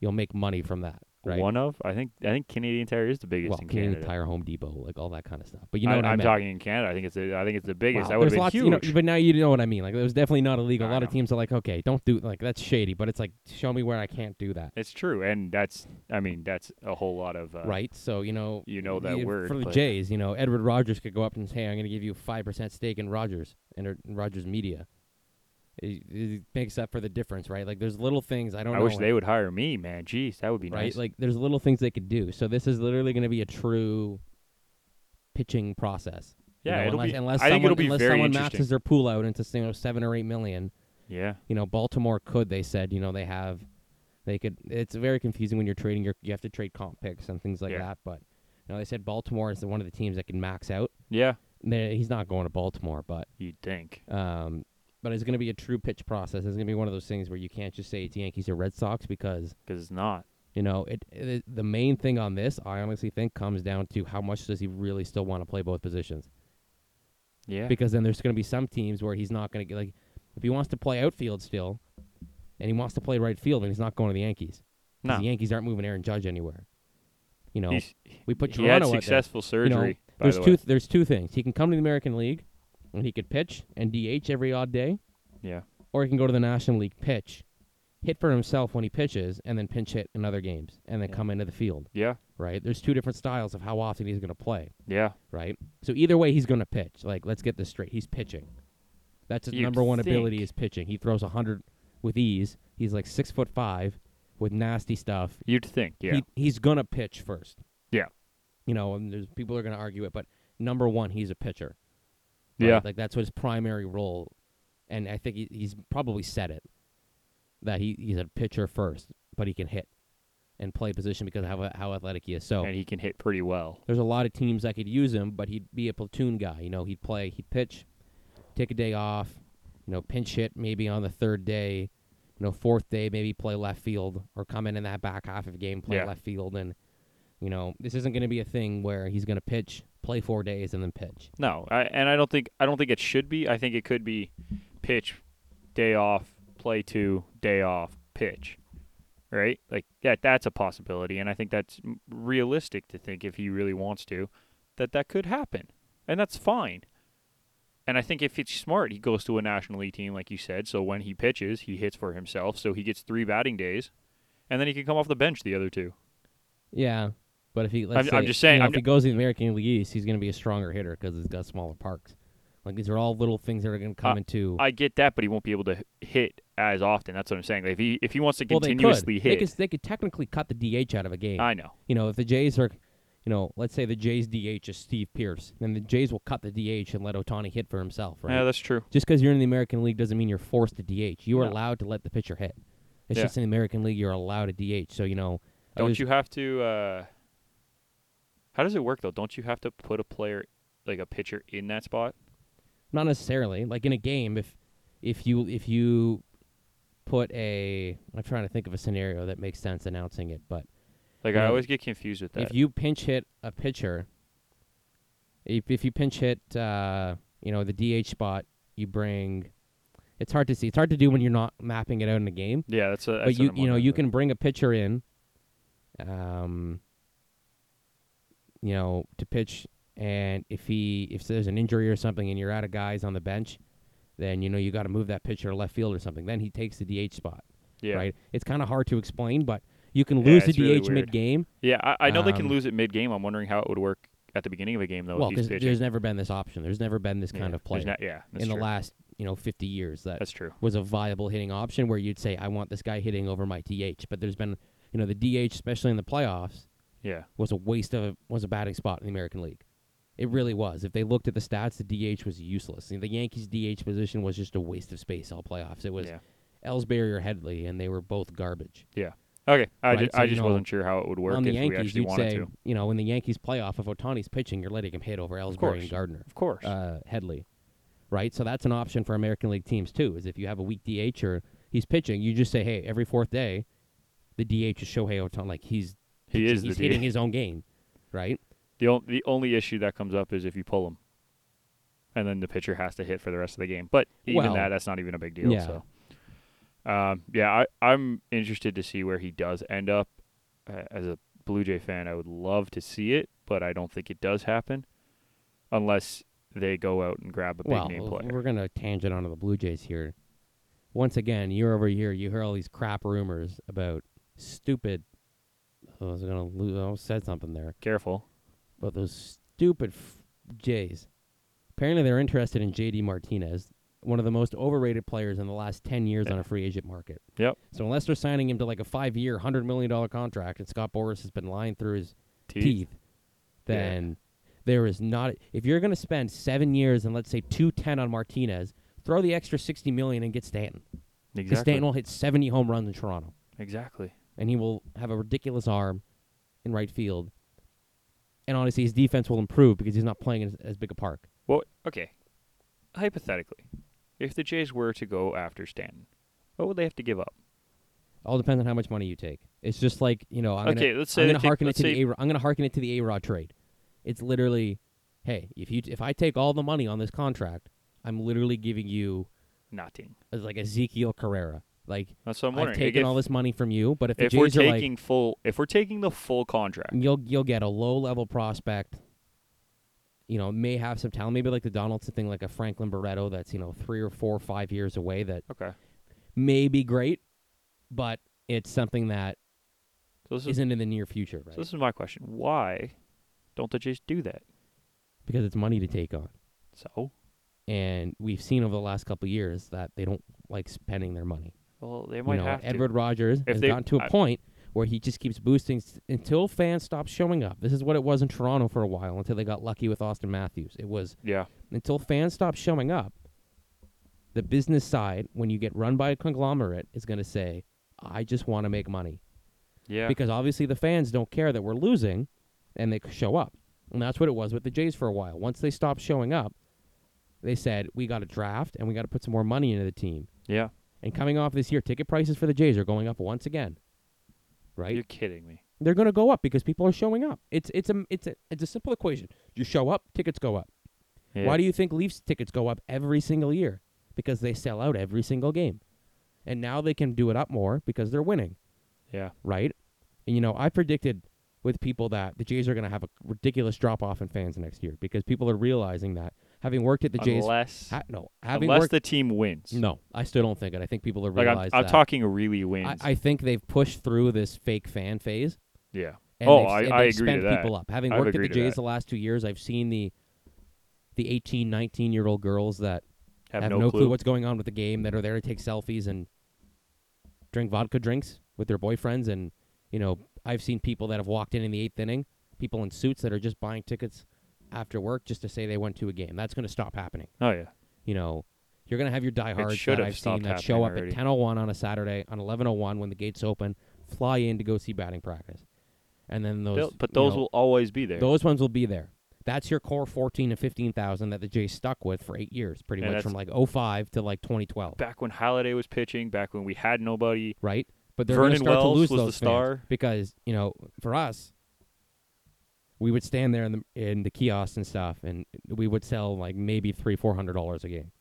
S2: You'll make money from that, right?
S1: one of I think I think Canadian Tire is the biggest
S2: well,
S1: in
S2: Canadian
S1: Canada.
S2: Tire, Home Depot, like all that kind of stuff. But you know
S1: I,
S2: what I
S1: am
S2: meant.
S1: talking in Canada. I think it's the, I think it's the biggest.
S2: Wow,
S1: that would
S2: there's
S1: have been
S2: lots,
S1: huge.
S2: you know, but now you know what I mean. Like it was definitely not illegal.
S1: I
S2: A lot of
S1: know.
S2: teams are like, okay, don't do like that's shady, but it's like show me where I can't do that.
S1: It's true, and that's I mean that's a whole lot of uh,
S2: right? So you know,
S1: You know that
S2: you-
S1: word
S2: for the
S1: but-
S2: Jays. You know, Edward Rogers could go up and say, "I'm going to give you five percent stake in Rogers and er- in Rogers Media." It, it makes up for the difference, right? Like there's little things I don't.
S1: I
S2: know,
S1: wish
S2: like-
S1: they would hire me, man. Jeez, that would be
S2: right?
S1: nice.
S2: Like there's little things they could do. So this is literally going to be a true pitching process. You
S1: yeah,
S2: know,
S1: it'll
S2: unless,
S1: be.
S2: unless
S1: I think
S2: someone,
S1: it'll be
S2: unless
S1: very
S2: someone
S1: interesting.
S2: maxes their pool out into you know seven or eight million,
S1: yeah,
S2: you know Baltimore could they said you know they have they could it's very confusing when you're trading your you have to trade comp picks and things like
S1: Yeah.
S2: that but you know they said Baltimore is the, one of the teams that can max out
S1: yeah.
S2: they, he's not going to Baltimore but
S1: You'd think.
S2: um but it's going to be a true pitch process it's going to be one of those things where you can't just say it's Yankees or Red Sox because
S1: 'Cause it's not.
S2: you know it, it the main thing on this I honestly think comes down to how much does he really still want to play both positions
S1: Yeah,
S2: because then there's going to be some teams where he's not going to get like if he wants to play outfield still and he wants to play right field then he's not going to the Yankees. 'Cause
S1: no.
S2: The Yankees aren't moving Aaron Judge anywhere. You know,
S1: He's,
S2: we put
S1: he had
S2: Toronto out
S1: successful
S2: there. You know,
S1: surgery. by
S2: there's
S1: the
S2: two
S1: way.
S2: there's two things. He can come to the American League and he could pitch and DH every odd day
S1: Yeah,
S2: or he can go to the National League pitch, hit for himself when he pitches and then pinch hit in other games and then
S1: Yeah.
S2: come into the field,
S1: yeah,
S2: right? There's two different styles of how often he's going to play
S1: yeah.
S2: right? So either way, he's going to pitch. Like, let's get this straight. He's pitching. That's his
S1: You'd
S2: number one ability
S1: think.
S2: is pitching. He throws 100 with ease. He's like six foot five with nasty stuff.
S1: You'd think. Yeah,
S2: He, he's going to pitch first.
S1: Yeah.
S2: You know, and there's people are going to argue it, but number one, he's a pitcher. right?
S1: yeah.
S2: Like, that's what his primary role. And I think he, he's probably said it that he, he's a pitcher first, but he can hit and play position because of how, how athletic he is. So
S1: And he can hit pretty well.
S2: there's a lot of teams that could use him, but he'd be a platoon guy. You know, he'd play, he'd pitch, take a day off, you know, pinch hit maybe on the third day, you know, fourth day maybe play left field or come in in that back half of the game play
S1: Yeah.
S2: left field and you know this isn't going to be a thing where he's going to pitch play four days and then pitch.
S1: No, I, and I don't think I don't think it should be. I think it could be pitch, day off, play two, day off, pitch. Right? Like that that's a possibility and I think that's m- realistic to think if he really wants to that that could happen. And that's fine. And I think if it's smart, he goes to a National League team like you said, so when he pitches, he hits for himself, so he gets 3 batting days and then he can come off the bench the other two.
S2: Yeah, but if he, let's
S1: I'm-
S2: say,
S1: I'm just saying,
S2: you know,
S1: I'm
S2: if he goes to the American League East, he's going to be a stronger hitter because he's got smaller parks. Like these are all little things that are going to come into.
S1: Uh, I get that, but he won't be able to h- hit as often. That's what I'm saying. Like if he if he wants to
S2: well, they
S1: continuously
S2: could. They
S1: hit,
S2: could, they could technically cut the DH out of a game.
S1: I know.
S2: you know, if the Jays are, you know, let's say the Jays DH is Steve Pierce, then the Jays will cut the DH and let Otani hit for himself, right?
S1: Yeah, that's true.
S2: just because you're in the American League doesn't mean you're forced to DH. You are
S1: No.
S2: allowed to let the pitcher hit. It's
S1: Yeah.
S2: just in the American League you're allowed to DH. So you know, I
S1: Don't
S2: was-
S1: you have to? Uh, how does it work though? Don't you have to put a player, like a pitcher, in that spot?
S2: Not necessarily. Like in a game, if if you if you put a, I'm trying to think of a scenario that makes sense announcing it, but
S1: Like I
S2: Yeah.
S1: always get confused with that.
S2: if you pinch hit a pitcher, if, if you pinch hit, uh, you know, the DH spot, you bring. It's hard to see. It's hard to do when you're not mapping it out in the game.
S1: yeah, that's a. That's
S2: but you
S1: what I'm
S2: you know
S1: wondering
S2: you
S1: about.
S2: can bring a pitcher in, um, you know, to pitch, and if he if there's an injury or something and you're out of guys on the bench, then you know you got to move that pitcher to left field or something. Then he takes the DH spot.
S1: Yeah,
S2: Right. It's kind of hard to explain, but you can
S1: Yeah,
S2: lose the
S1: it's really
S2: DH
S1: weird.
S2: mid game.
S1: yeah. I, I know they can
S2: Um,
S1: lose it mid game. I'm wondering how it would work at the beginning of a game though.
S2: Well,
S1: if he's
S2: because
S1: pitching.
S2: there's never been this option. There's never been this
S1: yeah,
S2: kind of
S1: there's
S2: play
S1: not- yeah, that's
S2: in the
S1: true.
S2: last you know 50 years that
S1: That's true.
S2: was a viable hitting option where you'd say I want this guy hitting over my DH. But there's been you know the DH, especially in the playoffs,
S1: Yeah,
S2: was a waste of was a batting spot in the American League. It really was. If they looked at the stats, the DH was useless. You know, the Yankees' DH position was just a waste of space all playoffs. It was
S1: yeah.
S2: Ellsbury or Headley, and they were both garbage.
S1: Okay, I
S2: Right,
S1: ju-
S2: so,
S1: I
S2: you
S1: just
S2: know,
S1: wasn't sure how it would work
S2: On
S1: if
S2: the
S1: we
S2: Yankees,
S1: actually
S2: you'd
S1: wanted
S2: say,
S1: to.
S2: you know, in the Yankees playoff, if Otani's pitching, you're letting him hit over Ellsbury
S1: course.
S2: and Gardner,
S1: Of course.
S2: uh, Headley, right? So that's an option for American League teams too. Is if you have a weak DH or he's pitching, you just say, hey, every fourth day, the DH is Shohei Otani, like he's
S1: he
S2: pitching,
S1: is the
S2: he's
S1: D.
S2: hitting his own game, right?
S1: The, on- the only issue that comes up is if you pull him, and then the pitcher has to hit for the rest of the game. But even
S2: Well,
S1: that, that's not even a big deal.
S2: yeah.
S1: So, um, yeah, I, I'm interested to see where he does end up. Uh, as a Blue Jay fan, I would love to see it, but I don't think it does happen, unless they go out and grab a big
S2: well,
S1: name
S2: if
S1: player.
S2: we're gonna tangent onto the Blue Jays here. Once again, year over year, you hear all these crap rumors about stupid. oh, I was gonna lose. I almost said something there,
S1: Careful.
S2: but those stupid f- Jays. Apparently, they're interested in J.D. Martinez, one of the most overrated players in the last ten years on a free agent market.
S1: Yep.
S2: So unless they're signing him to like a five-year, hundred million dollar contract, and Scott Boras has been lying through his
S1: Teeth.
S2: teeth, then there is not. If you're going to spend seven years and let's say two ten on Martinez, throw the extra sixty million and get Stanton. 'Cause
S1: Exactly.
S2: Stanton will hit seventy home runs in Toronto,
S1: exactly.
S2: and he will have a ridiculous arm in right field. And honestly, his defense will improve because he's not playing as, as big a park.
S1: Well, okay. Hypothetically, if the Jays were to go after Stanton, what would they have to give up?
S2: All depends on how much money you take. It's just like you know. I'm gonna-
S1: Okay, let's say
S2: I'm
S1: they
S2: gonna
S1: take-
S2: harken it
S1: let's
S2: to the
S1: say-
S2: A. I'm gonna harken it to the A. Rod trade. It's literally, hey, if you if I take all the money on this contract, I'm literally giving you
S1: Nothing.
S2: as like Ezekiel Carrera. Like
S1: That's what I'm
S2: I've
S1: wondering. Like,
S2: taken
S1: if-
S2: all this money from you, but if the
S1: if
S2: Jays
S1: we're
S2: are
S1: taking full if we're taking the full contract
S2: like, you'll you'll get a low level prospect. You know, may have some talent, maybe like the Donaldson thing, like a Franklin Barreto that's you know three or four or five years away that
S1: okay
S2: may be great, but it's something that
S1: so this, is,
S2: isn't in the near future,
S1: so
S2: right?
S1: this is my question why don't the jays do that
S2: because it's money to take on,
S1: so
S2: and we've seen over the last couple of years that they don't like spending their money.
S1: well they
S2: you
S1: might
S2: know,
S1: have
S2: Edward Rogers has
S1: they-
S2: gotten to a
S1: I-
S2: point where he just keeps boosting s- until fans stop showing up. This is what it was in Toronto for a while until they got lucky with Austin Matthews. It was
S1: to yeah
S2: until fans stop showing up. The business side, when you get run by a conglomerate, is going to say, "I just want to make money,"
S1: yeah
S2: because obviously the fans don't care that we're losing, and they c- show up. And that's what it was with the Jays for a while. Once they stopped showing up, they said, "We got to draft and we got to put some more money into the team."
S1: yeah
S2: And coming off this year, ticket prices for the Jays are going up once again. Right?
S1: you're kidding me
S2: they're going to go up because people are showing up. It's it's a it's a it's a simple equation. You show up, tickets go up.
S1: Yeah.
S2: Why do you think Leafs tickets go up every single year? Because they sell out every single game. And now they can do it up more because they're winning,
S1: yeah.
S2: right? And you know, I predicted with people that the Jays are going to have a ridiculous drop off in fans next year because people are realizing that having worked at the Jays
S1: unless
S2: ha- no, having
S1: unless
S2: worked
S1: the team wins.
S2: no, I still don't think it. I think people are
S1: Like I'm,
S2: realizing
S1: I'm
S2: that.
S1: talking really wins.
S2: I, I think they've pushed through this fake fan phase.
S1: yeah.
S2: And
S1: Oh,
S2: they've,
S1: I-
S2: and
S1: I
S2: they've
S1: agree to
S2: spent
S1: that.
S2: people up. Having
S1: I've
S2: worked at the
S1: agreed to
S2: Jays
S1: that.
S2: the last two years, I've seen the the 18, 19 year old girls that
S1: Have,
S2: no, clue. what's going on with the game that are there to take selfies and drink vodka drinks with their boyfriends. And, you know, I've seen people that have walked in in the eighth inning, people in suits that are just buying tickets after work just to say they went to a game. That's going to stop happening
S1: Oh yeah.
S2: you know, you're gonna have your diehards
S1: should
S2: that
S1: have
S2: I've seen
S1: stopped
S2: that show
S1: happening
S2: up
S1: already.
S2: at 10:01 on a Saturday, on 11:01 when the gates open, fly in to go see batting practice, and then those.
S1: They'll- but
S2: you
S1: those
S2: know,
S1: will always be there.
S2: Those ones will be there. That's your core 14 to 15,000 that the Jays stuck with for eight years, pretty
S1: And that's-
S2: much from like 05 to like 2012,
S1: back when Halliday was pitching, back when we had nobody.
S2: right? But they're going to
S1: Vernon
S2: start
S1: Wells
S2: to lose
S1: was the
S2: those fans
S1: star.
S2: because you know, for us, we would stand there in the in the kiosks and stuff, and we would sell like maybe three, four hundred dollars a game,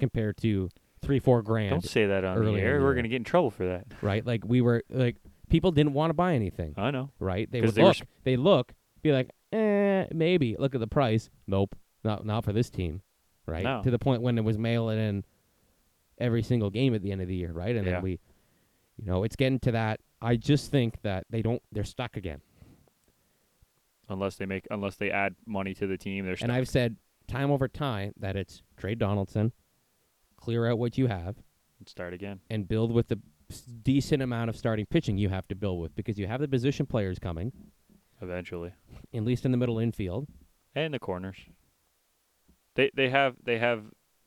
S2: compared to three, four grand
S1: Don't say that on the
S2: earlier
S1: air.
S2: in the
S1: We're
S2: year.
S1: going to get in trouble for that.
S2: right? Like we were like people didn't want to buy anything,
S1: I know.
S2: right? They
S1: 'Cause
S2: would
S1: they were
S2: look,
S1: sp-
S2: they look, be like, eh, maybe. Look at the price. Nope, not not for this team, right?
S1: No.
S2: To the point when it was mailing in every single game at the end of the year, right? And
S1: Yeah.
S2: then we, you know, it's getting to that. I just think that they don't. They're stuck again.
S1: Unless they make unless they add money to the team, they're
S2: And
S1: stuck.
S2: I've said time over time that it's trade Donaldson, clear out what you have,
S1: start again.
S2: and build with the s- decent amount of starting pitching you have to build with because you have the position players coming.
S1: eventually.
S2: at least in the middle infield.
S1: And the corners. They they have they have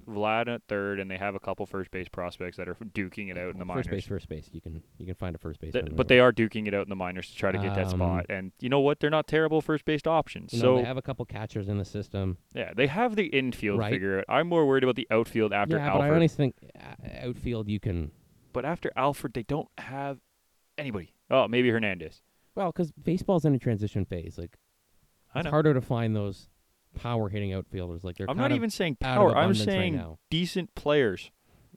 S1: Vlad at third, and they have a couple first base prospects that are duking it out in the minors.
S2: first base, first base. You can you can find a first base.
S1: Th- but they are duking it out in the minors to try to get that spot. And you know what? They're not terrible first based options.
S2: you
S1: so
S2: know, they have a couple catchers in the system.
S1: yeah, they have the infield
S2: Right.
S1: figured out. I'm more worried about the outfield after
S2: yeah, but I
S1: Alfred.
S2: honestly think uh, outfield you can
S1: but after Alfred, they don't have anybody. Oh, maybe Hernandez.
S2: well because baseball's in a transition phase. Like
S1: I
S2: it's
S1: know.
S2: harder to find those power hitting outfielders. Like they're
S1: I'm
S2: kind
S1: not
S2: of
S1: even saying
S2: out of
S1: power. I'm
S2: abundance right
S1: saying
S2: now.
S1: decent players.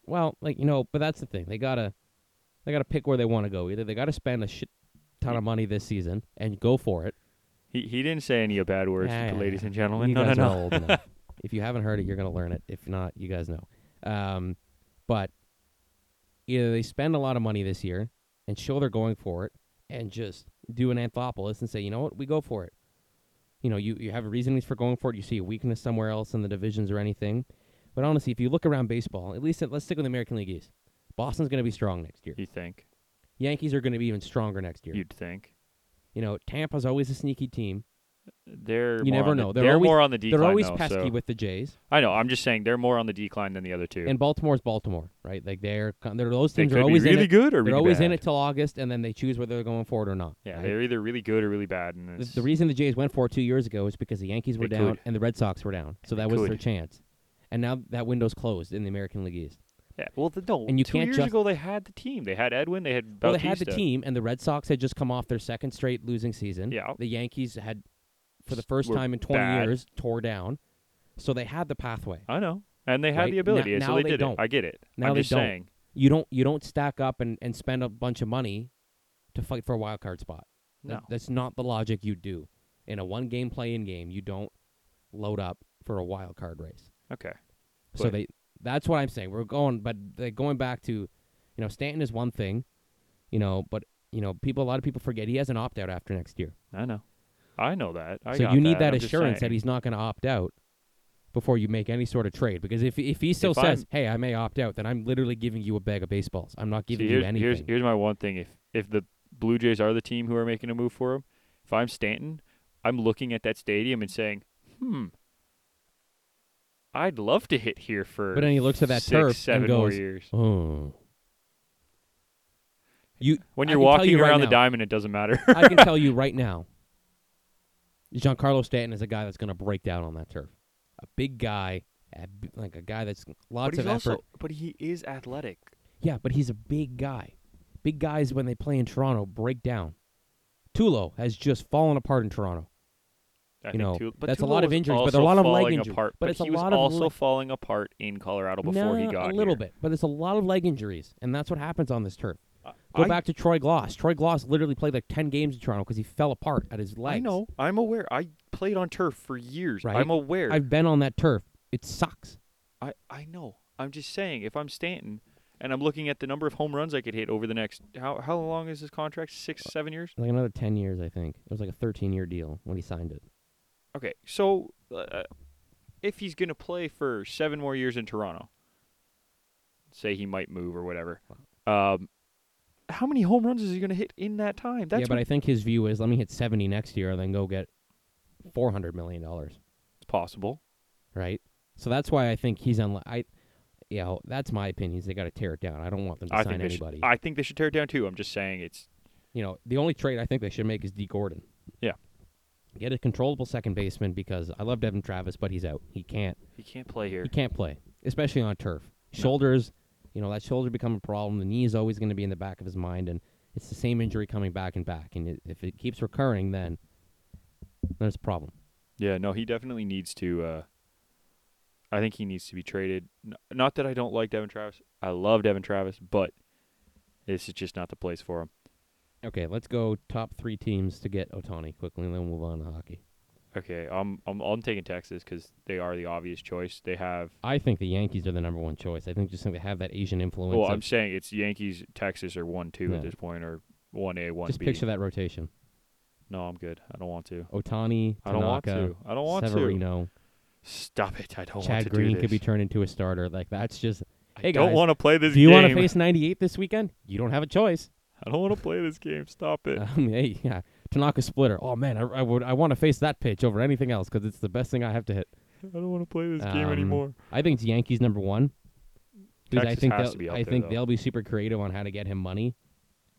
S2: well, like you know, but that's the thing. They gotta they gotta pick where they want to go. Either they gotta spend a shit ton of money this season and go for it.
S1: He he didn't say any bad words,
S2: Yeah, yeah,
S1: ladies
S2: yeah.
S1: and gentlemen.
S2: You
S1: No, no,
S2: guys
S1: no.
S2: are old enough. if you haven't heard it, you're going to learn it. If not, you guys know. Um, but either they spend a lot of money this year and show they're going for it and just do an Anthopoulos and say, you know what, we go for it. You know, you, you have reasonings for going for it. You see a weakness somewhere else in the divisions or anything. But honestly, if you look around baseball, at least let's stick with the American League East. Boston's going to be strong next year.
S1: You think?
S2: Yankees are going to be even stronger next year. You,
S1: You'd think.
S2: know, Tampa's always a sneaky team.
S1: They're
S2: You
S1: more
S2: never
S1: on the-
S2: know. They're
S1: they're
S2: always-
S1: more on the decline.
S2: they're always
S1: though,
S2: pesky
S1: so-
S2: with the Jays.
S1: I know. I'm just saying they're more on the decline than the other two.
S2: And Baltimore's Baltimore, right? Like they're co- they're those
S1: they
S2: teams
S1: could
S2: are always
S1: be really
S2: in it.
S1: good or
S2: They're
S1: really
S2: always in
S1: bad.
S2: it till August, and then they choose whether they're going forward or not.
S1: Yeah,
S2: right?
S1: they're either really good or really bad. And
S2: the,
S1: it's-
S2: the reason the Jays went for it two years ago is because the Yankees were
S1: They
S2: down
S1: could.
S2: and the Red Sox were down, so
S1: They
S2: that was their
S1: could.
S2: chance. And now that window's closed in the American League East.
S1: yeah, well, th- no.
S2: and you
S1: two
S2: can't
S1: years
S2: just-
S1: ago they had the team. They had Edwin. They had
S2: Well,
S1: Bautista.
S2: they had the team, and the Red Sox had just come off their second straight losing season.
S1: Yeah.
S2: The Yankees had, for the
S1: S-
S2: first
S1: were
S2: time in 20
S1: bad.
S2: years, tore down. So they had the pathway.
S1: I know. And they had
S2: Right?
S1: the ability,
S2: Now-
S1: and so
S2: now
S1: they,
S2: they
S1: did
S2: don't.
S1: it. I get it.
S2: Now
S1: I'm
S2: they
S1: just
S2: don't.
S1: saying.
S2: You don't you don't stack up and, and spend a bunch of money to fight for a wild card spot.
S1: No.
S2: That- that's not the logic you do. In a one game play in game, you don't load up for a wild card race.
S1: Okay.
S2: So
S1: But-
S2: they that's what I'm saying. We're going but they going back to you know, Stanton is one thing, you know, but you know, people a lot of people forget he has an opt out after next year.
S1: I know. I know that. I
S2: so
S1: got
S2: you need
S1: that
S2: that
S1: I'm just
S2: assurance that
S1: saying.
S2: he's not gonna opt out before you make any sort of trade. Because if if he still
S1: If
S2: says,
S1: I'm-
S2: Hey, I may opt out, then I'm literally giving you a bag of baseballs. I'm not
S1: See,
S2: giving
S1: here's,
S2: you anything.
S1: Here's here's my one thing. If if the Blue Jays are the team who are making a move for him, if I'm Stanton, I'm looking at that stadium and saying, hmm. I'd love to hit here for
S2: But then he looks at that
S1: six,
S2: turf and
S1: seven more
S2: goes,
S1: years.
S2: Oh. You
S1: When
S2: I
S1: you're
S2: can tell
S1: walking
S2: you right
S1: around
S2: now-
S1: the diamond, it doesn't matter.
S2: I can tell you right now, Giancarlo Stanton is a guy that's going to break down on that turf. A big guy, a b- like a guy that's lots of effort.
S1: but he is athletic.
S2: yeah, but he's a big guy. Big guys when they play in Toronto break down. Tulo has just fallen apart in Toronto.
S1: I
S2: you
S1: think
S2: know,
S1: Tul- but
S2: that's a
S1: Tulo
S2: lot of
S1: was
S2: injuries, but
S1: also
S2: there are a lot of leg
S1: falling
S2: injuries.
S1: Apart,
S2: But it's a
S1: he was
S2: lot of
S1: also
S2: leg-
S1: falling apart in Colorado before he
S2: Nah,
S1: got
S2: a little
S1: here.
S2: bit, but it's a lot of leg injuries, and that's what happens on this turf.
S1: I-
S2: Go
S1: I-
S2: back to Troy Gloss. Troy Gloss literally played like ten games in Toronto because he fell apart at his legs.
S1: I know. I'm aware. I played on turf for years.
S2: Right?
S1: I'm aware.
S2: I've been on that turf. It sucks.
S1: I, I know. I'm just saying, if I'm Stanton and I'm looking at the number of home runs I could hit over the next how how long is his contract? Six,
S2: Uh,
S1: seven years?
S2: Like another ten years, I think. It was like a thirteen-year deal when he signed it.
S1: Okay, so uh, if he's gonna play for seven more years in Toronto, say he might move or whatever. Um, how many home runs is he gonna hit in that time? That's
S2: yeah, but
S1: what-
S2: I think his view is let me hit seventy next year and then go get four hundred million dollars.
S1: it's possible.
S2: right? So that's why I think he's unli I, you know, that's my opinion. Is they got to tear it down. I don't want them to
S1: I
S2: sign
S1: think they should-
S2: anybody.
S1: I think they should tear it down too. I'm just saying it's
S2: you know, the only trade I think they should make is D Gordon.
S1: Yeah.
S2: Get a controllable second baseman because I love Devin Travis, but he's out. He can't.
S1: he can't play here.
S2: He can't play, especially on turf. Shoulders, you know, that shoulder become a problem. The knee is always going to be in the back of his mind, and it's the same injury coming back and back. And it, if it keeps recurring, then there's a problem.
S1: Yeah, no, he definitely needs to. Uh, I think he needs to be traded. N- Not that I don't like Devin Travis. I love Devin Travis, but this is just not the place for him.
S2: Okay, let's go top three teams to get Otani quickly, and then we'll move on to hockey.
S1: Okay, I'm I'm, I'm taking Texas because they are the obvious choice. They have.
S2: I think the Yankees are the number one choice. I think just think they have that Asian influence.
S1: Well,
S2: of-
S1: I'm saying it's Yankees, Texas, or one two
S2: Yeah.
S1: at this point, or one A, one
S2: just
S1: B.
S2: picture that rotation:
S1: No, I'm good. I don't want to.
S2: Otani,
S1: I don't want
S2: Tanaka,
S1: to. I don't want to.
S2: Severino,
S1: Stop it. I don't want to
S2: Chad
S1: do
S2: Green
S1: this.
S2: could be turned into a starter. Like that's just.
S1: I
S2: Hey,
S1: don't
S2: guys,
S1: want to play this
S2: Do you
S1: game.
S2: want to face 98 this weekend? You don't have a choice.
S1: I don't want to play this game. Stop it.
S2: Um, hey, yeah, Tanaka splitter. Oh man, I, I would. I want to face that pitch over anything else because it's the best thing I have to hit.
S1: I don't want to play this game
S2: um,
S1: anymore.
S2: I think it's Yankees number one. Because I
S1: Texas
S2: think
S1: has
S2: they'll-
S1: to be up
S2: I
S1: there,
S2: think
S1: though.
S2: they'll be super creative on how to get him money.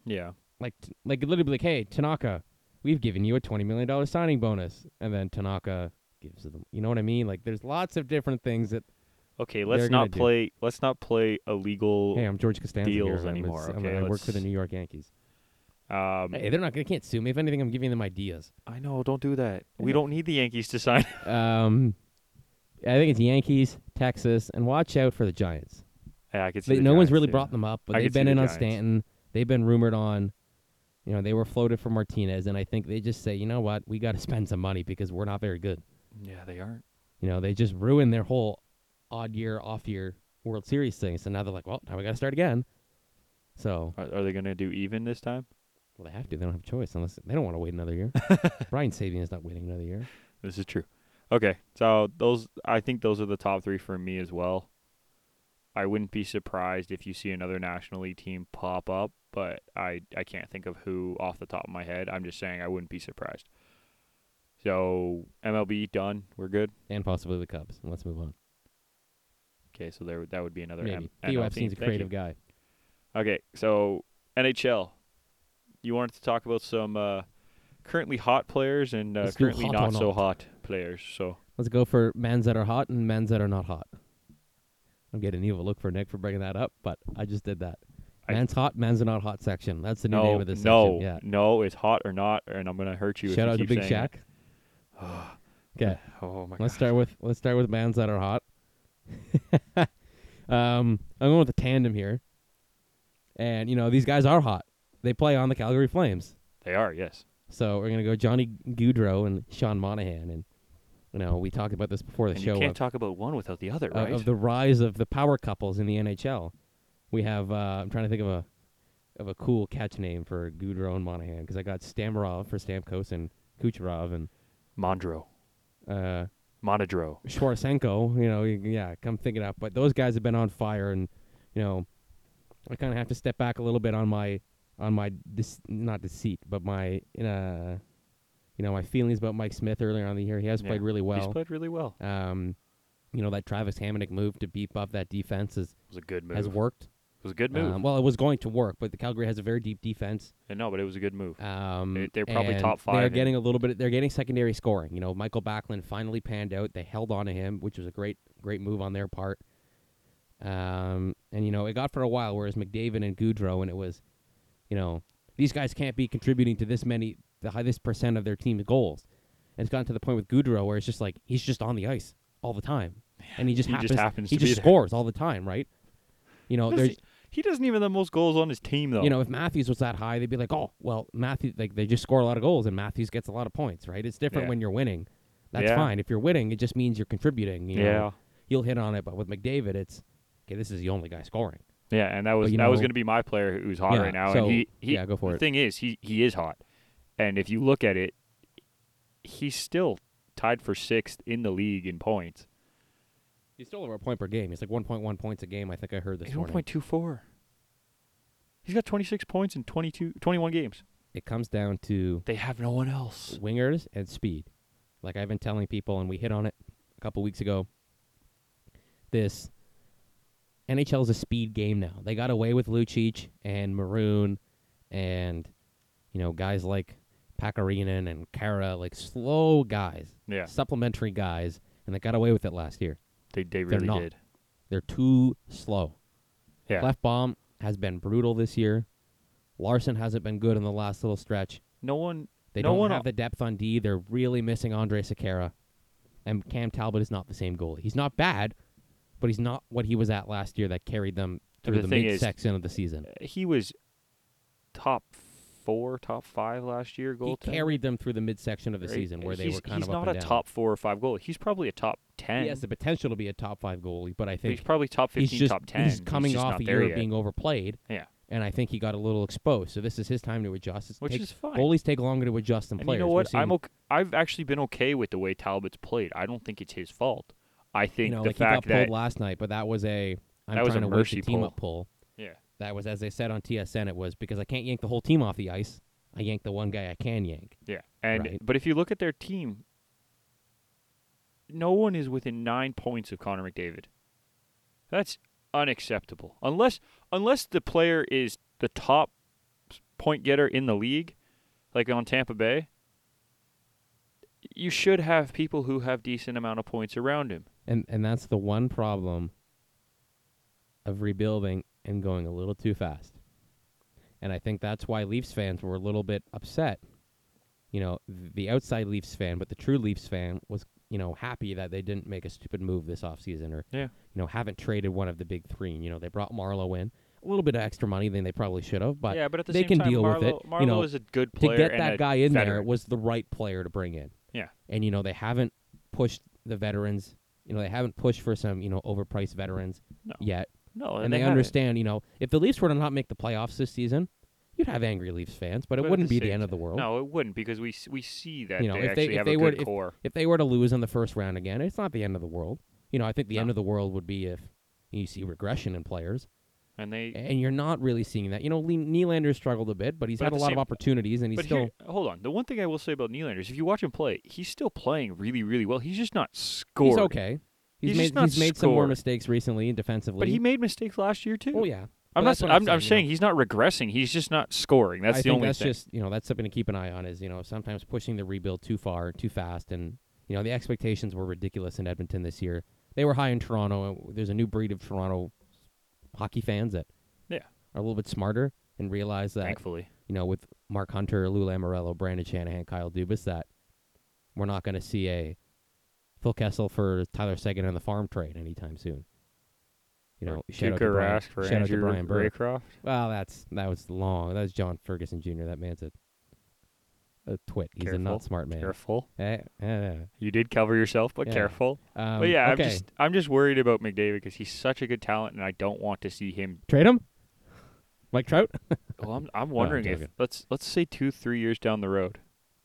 S1: Yeah.
S2: like t- like literally like hey Tanaka, we've given you a twenty million dollar signing bonus, and then Tanaka gives them. You know what I mean? Like there's lots of different things that.
S1: Okay,
S2: They're
S1: let's
S2: gonna
S1: not
S2: do.
S1: play. Let's not play illegal.
S2: Hey, I'm George Costanza here.
S1: deals
S2: I'm a-
S1: anymore,
S2: I'm a-
S1: okay?
S2: I work for the
S1: Let's-
S2: New York Yankees.
S1: Um,
S2: Hey, they're not. They can't sue me. If anything, I'm giving them ideas.
S1: I know. Don't do that.
S2: Yeah.
S1: We don't need the Yankees to sign.
S2: Um, I think it's Yankees, Texas, and watch out for the Giants.
S1: yeah, I could see.
S2: They,
S1: the
S2: no one's
S1: Giants
S2: really
S1: doing
S2: brought
S1: that.
S2: them up, but
S1: I
S2: they've
S1: could see
S2: been
S1: the
S2: in on
S1: Giants.
S2: Stanton. They've been rumored on. You know, they were floated for Martinez, and I think they just say, you know what, we got to spend some money because we're not very good.
S1: Yeah, they aren't.
S2: You know, they just ruined their whole odd year, off year World Series thing. So now they're like, well, now we got to start again. So
S1: Are, are they gonna do even this time?
S2: well, they have to. They don't have a choice unless they don't want to wait another year. Brian Sabian is not waiting another year.
S1: This is true. Okay, so those I think those are the top three for me as well. I wouldn't be surprised if you see another National League team pop up, but I I can't think of who off the top of my head. I'm just saying I wouldn't be surprised. So MLB done. We're good.
S2: And possibly the Cubs. Let's move on.
S1: Okay, so there that would be another.
S2: Maybe.
S1: M-
S2: Theo
S1: NL team.
S2: Epstein's a
S1: Thank you.
S2: creative guy.
S1: Okay, so NHL. You wanted to talk about some uh, currently hot players and uh,
S2: Let's do
S1: currently
S2: hot or
S1: not so
S2: not.
S1: hot players. So
S2: Let's go for men's that are hot and men's that are not hot. I'm getting evil look for Nick for bringing that up, but I just did that.
S1: I-
S2: Men's hot, men's are not hot section. That's the new name
S1: no,
S2: of this
S1: no,
S2: section. Yeah.
S1: no, it's hot or not, and I'm gonna hurt you. if
S2: Shout
S1: you
S2: out to
S1: keep
S2: Big
S1: saying
S2: Shaq.
S1: it.
S2: Okay.
S1: Oh my
S2: Let's
S1: god.
S2: start with let's start with bands that are hot. um, I'm going with the tandem here, and you know these guys are hot. They play on the Calgary Flames,
S1: They are yes.
S2: so we're gonna go Johnny Goudreau and Sean Monahan, and you know we talked about this before the
S1: and
S2: show
S1: you can't
S2: of,
S1: talk about one without the other,
S2: uh,
S1: right?
S2: of the rise of the power couples in the NHL. We have uh, I'm trying to think of a of a cool catch name for Goudreau and Monahan because I got Stamarov for Stamkos and Kucherov and
S1: Mondro,
S2: uh,
S1: Monodro.
S2: Schwarzenko, you know, y- yeah, come think it up. But those guys have been on fire, and you know, I kind of have to step back a little bit on my on my dis- not deceit, but my uh, you know, my feelings about Mike Smith earlier on in the year. He has
S1: Yeah,
S2: played really
S1: He's
S2: well.
S1: played really well.
S2: Um, you know, that Travis Hammonick move to beef up that defense is,
S1: It was a good move.
S2: has
S1: it
S2: worked.
S1: was a good move.
S2: Um, well, it was going to work, but the Calgary has a very deep defense.
S1: And no, but it was a good move.
S2: Um,
S1: They- they're probably
S2: and
S1: top five
S2: They're
S1: in-
S2: getting a little bit. They're getting secondary scoring. You know, Michael Backlund finally panned out. They held on to him, which was a great, great move on their part. Um, and you know, it got for a while. Whereas McDavid and Goudreau, and it was, you know, these guys can't be contributing to this many the highest percent of their team's goals. And it's gotten to the point with Goudreau where it's just like he's just on the ice all the time, and he just
S1: he just
S2: happens,
S1: happens
S2: he
S1: to be
S2: just
S1: there.
S2: scores all the time, right? You know,
S1: Does
S2: there's
S1: he, he doesn't even have the most goals on his team though.
S2: you know, if Matthews was that high, they'd be like, oh, well, Matthews, like they just score a lot of goals and Matthews gets a lot of points, right? It's different
S1: Yeah.
S2: when you're winning. That's
S1: Yeah.
S2: fine. If you're winning, it just means you're contributing. You
S1: yeah,
S2: Know? He'll hit on it, but with McDavid, it's okay. This is the only guy scoring.
S1: yeah, and that was
S2: you
S1: that was
S2: know-
S1: going to be my player who's hot
S2: Yeah,
S1: right now,
S2: so-
S1: and he, he
S2: yeah, go for
S1: the
S2: it.
S1: thing is, he he is hot, and if you look at it, he's still tied for sixth in the league in points.
S2: He's still over a point per game. He's like 1.1 points a game. I think I heard this
S1: He's
S2: morning.
S1: 1.24. He's got 26 points in 22, 21 games.
S2: It comes down to
S1: They have no one else.
S2: wingers and speed. Like I've been telling people, and we hit on it a couple weeks ago. This NHL is a speed game now. They got away with Lucic and Maroon, and you know guys like Pakarinen and Kara, like slow guys,
S1: Yeah,
S2: supplementary guys, and they got away with it last year.
S1: they they
S2: They're
S1: really
S2: not.
S1: did.
S2: They're too slow.
S1: Yeah.
S2: Clef Bomb has been brutal this year. Larson hasn't been good in the last little stretch.
S1: No one.
S2: They
S1: No
S2: don't
S1: one
S2: have
S1: o-
S2: the depth on D. They're really missing Andre Sakara. And Cam Talbot is not the same goalie. He's not bad, but he's not what he was at last year that carried them
S1: And
S2: through
S1: the
S2: the,
S1: thing
S2: mid
S1: is- uh,
S2: section of the season.
S1: He was top four, top five last year.
S2: He
S1: Goaltender.
S2: carried them through the midsection of the
S1: right?
S2: season where they
S1: He's-
S2: were kind
S1: he's
S2: of up
S1: not
S2: and
S1: a
S2: down.
S1: top four or five goal. He's probably a top ten.
S2: He has the potential to be a top five goalie, but I
S1: but he's
S2: think
S1: probably top fifteen,
S2: he's just
S1: top ten.
S2: he's coming
S1: just
S2: off
S1: not
S2: a
S1: there
S2: year of
S1: yet,
S2: being overplayed.
S1: Yeah.
S2: and I think he got a little exposed. So this is his time to adjust. It's
S1: which
S2: takes-
S1: is fine.
S2: goalies take longer to adjust than
S1: and
S2: players.
S1: you know
S2: We're
S1: what?
S2: seeing-
S1: I'm okay. I've actually been okay with the way Talbot's played. I don't think it's his fault. I think
S2: you know,
S1: the
S2: like
S1: fact
S2: he got pulled
S1: that
S2: last night, but that was a I'm
S1: That was a
S2: trying to wake
S1: mercy
S2: the team
S1: pull.
S2: up pull.
S1: Yeah.
S2: That was as they said on TSN. It was because I can't yank the whole team off the ice. I yank the one guy I can yank.
S1: Yeah, and
S2: Right.
S1: but if you look at their team, no one is within nine points of Connor McDavid. That's unacceptable. Unless unless the player is the top point getter in the league, like on Tampa Bay, you should have people who have decent amount of points around him.
S2: And and that's the one problem of rebuilding and going a little too fast. And I think that's why Leafs fans were a little bit upset. You know, th- the outside Leafs fan, but the true Leafs fan was, you know, happy that they didn't make a stupid move this offseason or
S1: Yeah.
S2: you know, haven't traded one of the big three. You know, they brought Marlowe in. A little bit of extra money than they probably should have, but
S1: yeah, but at the
S2: they
S1: same
S2: can
S1: time,
S2: deal with
S1: Marlowe,
S2: it, you
S1: Marlowe
S2: know,
S1: is a good
S2: to
S1: player.
S2: get
S1: and
S2: that
S1: a
S2: guy in there
S1: veteran.
S2: was the right player to bring in.
S1: Yeah.
S2: And you know they haven't pushed the veterans. You know they haven't pushed for some you know overpriced veterans
S1: No.
S2: yet,
S1: no,
S2: and they,
S1: haven't.
S2: understand. You know if the Leafs were to not make the playoffs this season, you'd have angry Leafs fans, but it
S1: But at
S2: wouldn't
S1: the
S2: be the
S1: same
S2: end of the world.
S1: No, it wouldn't because we s- we see that
S2: You know,
S1: they
S2: if they-
S1: actually
S2: if
S1: have
S2: they
S1: a
S2: were-
S1: good
S2: if-
S1: core.
S2: If they were to lose in the first round again, it's not the end of the world. You know I think the
S1: No.
S2: end of the world would be if you see regression in players,
S1: And they
S2: and you're not really seeing that. You know Le- Nylander struggled a bit, but he's
S1: But at
S2: had a
S1: the
S2: lot
S1: same-
S2: of opportunities, and he's
S1: but
S2: still.
S1: here, hold on. The one thing I will say about Nylander is if you watch him play, he's still playing really, really well. He's just not scored.
S2: He's okay. He's,
S1: He's
S2: made,
S1: just not
S2: he's made some more
S1: scored.
S2: mistakes recently defensively.
S1: But he made mistakes last year too.
S2: oh yeah,
S1: I'm
S2: but
S1: not.
S2: that's
S1: s-
S2: what
S1: I'm,
S2: I'm
S1: I'm,
S2: saying, you
S1: saying he's not regressing. He's just not scoring. That's
S2: I
S1: the
S2: think
S1: only
S2: that's
S1: thing.
S2: just you know that's something to keep an eye on is you know sometimes pushing the rebuild too far too fast and you know the expectations were ridiculous in Edmonton this year. They were high in Toronto. and There's a new breed of Toronto hockey fans that
S1: Yeah.
S2: are a little bit smarter and realize that
S1: thankfully.
S2: you know with Mark Hunter, Lou Lamorello, Brandon Shanahan, Kyle Dubas that we're not going to see a Phil Kessel for Tyler Seguin on the farm trade anytime soon. You know, shout out to
S1: Tuukka
S2: Brian-
S1: Rask for
S2: shout out to
S1: Andrew
S2: Brian Burke.
S1: Raycroft.
S2: Well, that's that was long. That was John Ferguson Jr. That man's a a twit. He's a not
S1: Careful.
S2: smart man.
S1: Careful.
S2: Eh, eh,
S1: You did cover yourself, but
S2: Yeah.
S1: careful.
S2: eh. Um,
S1: but yeah,
S2: okay.
S1: I'm just I'm just worried about McDavid because he's such a good talent, and I don't want to see him.
S2: trade him. Mike Trout.
S1: Well, I'm I'm wondering if
S2: joking.
S1: let's let's say two three years down the road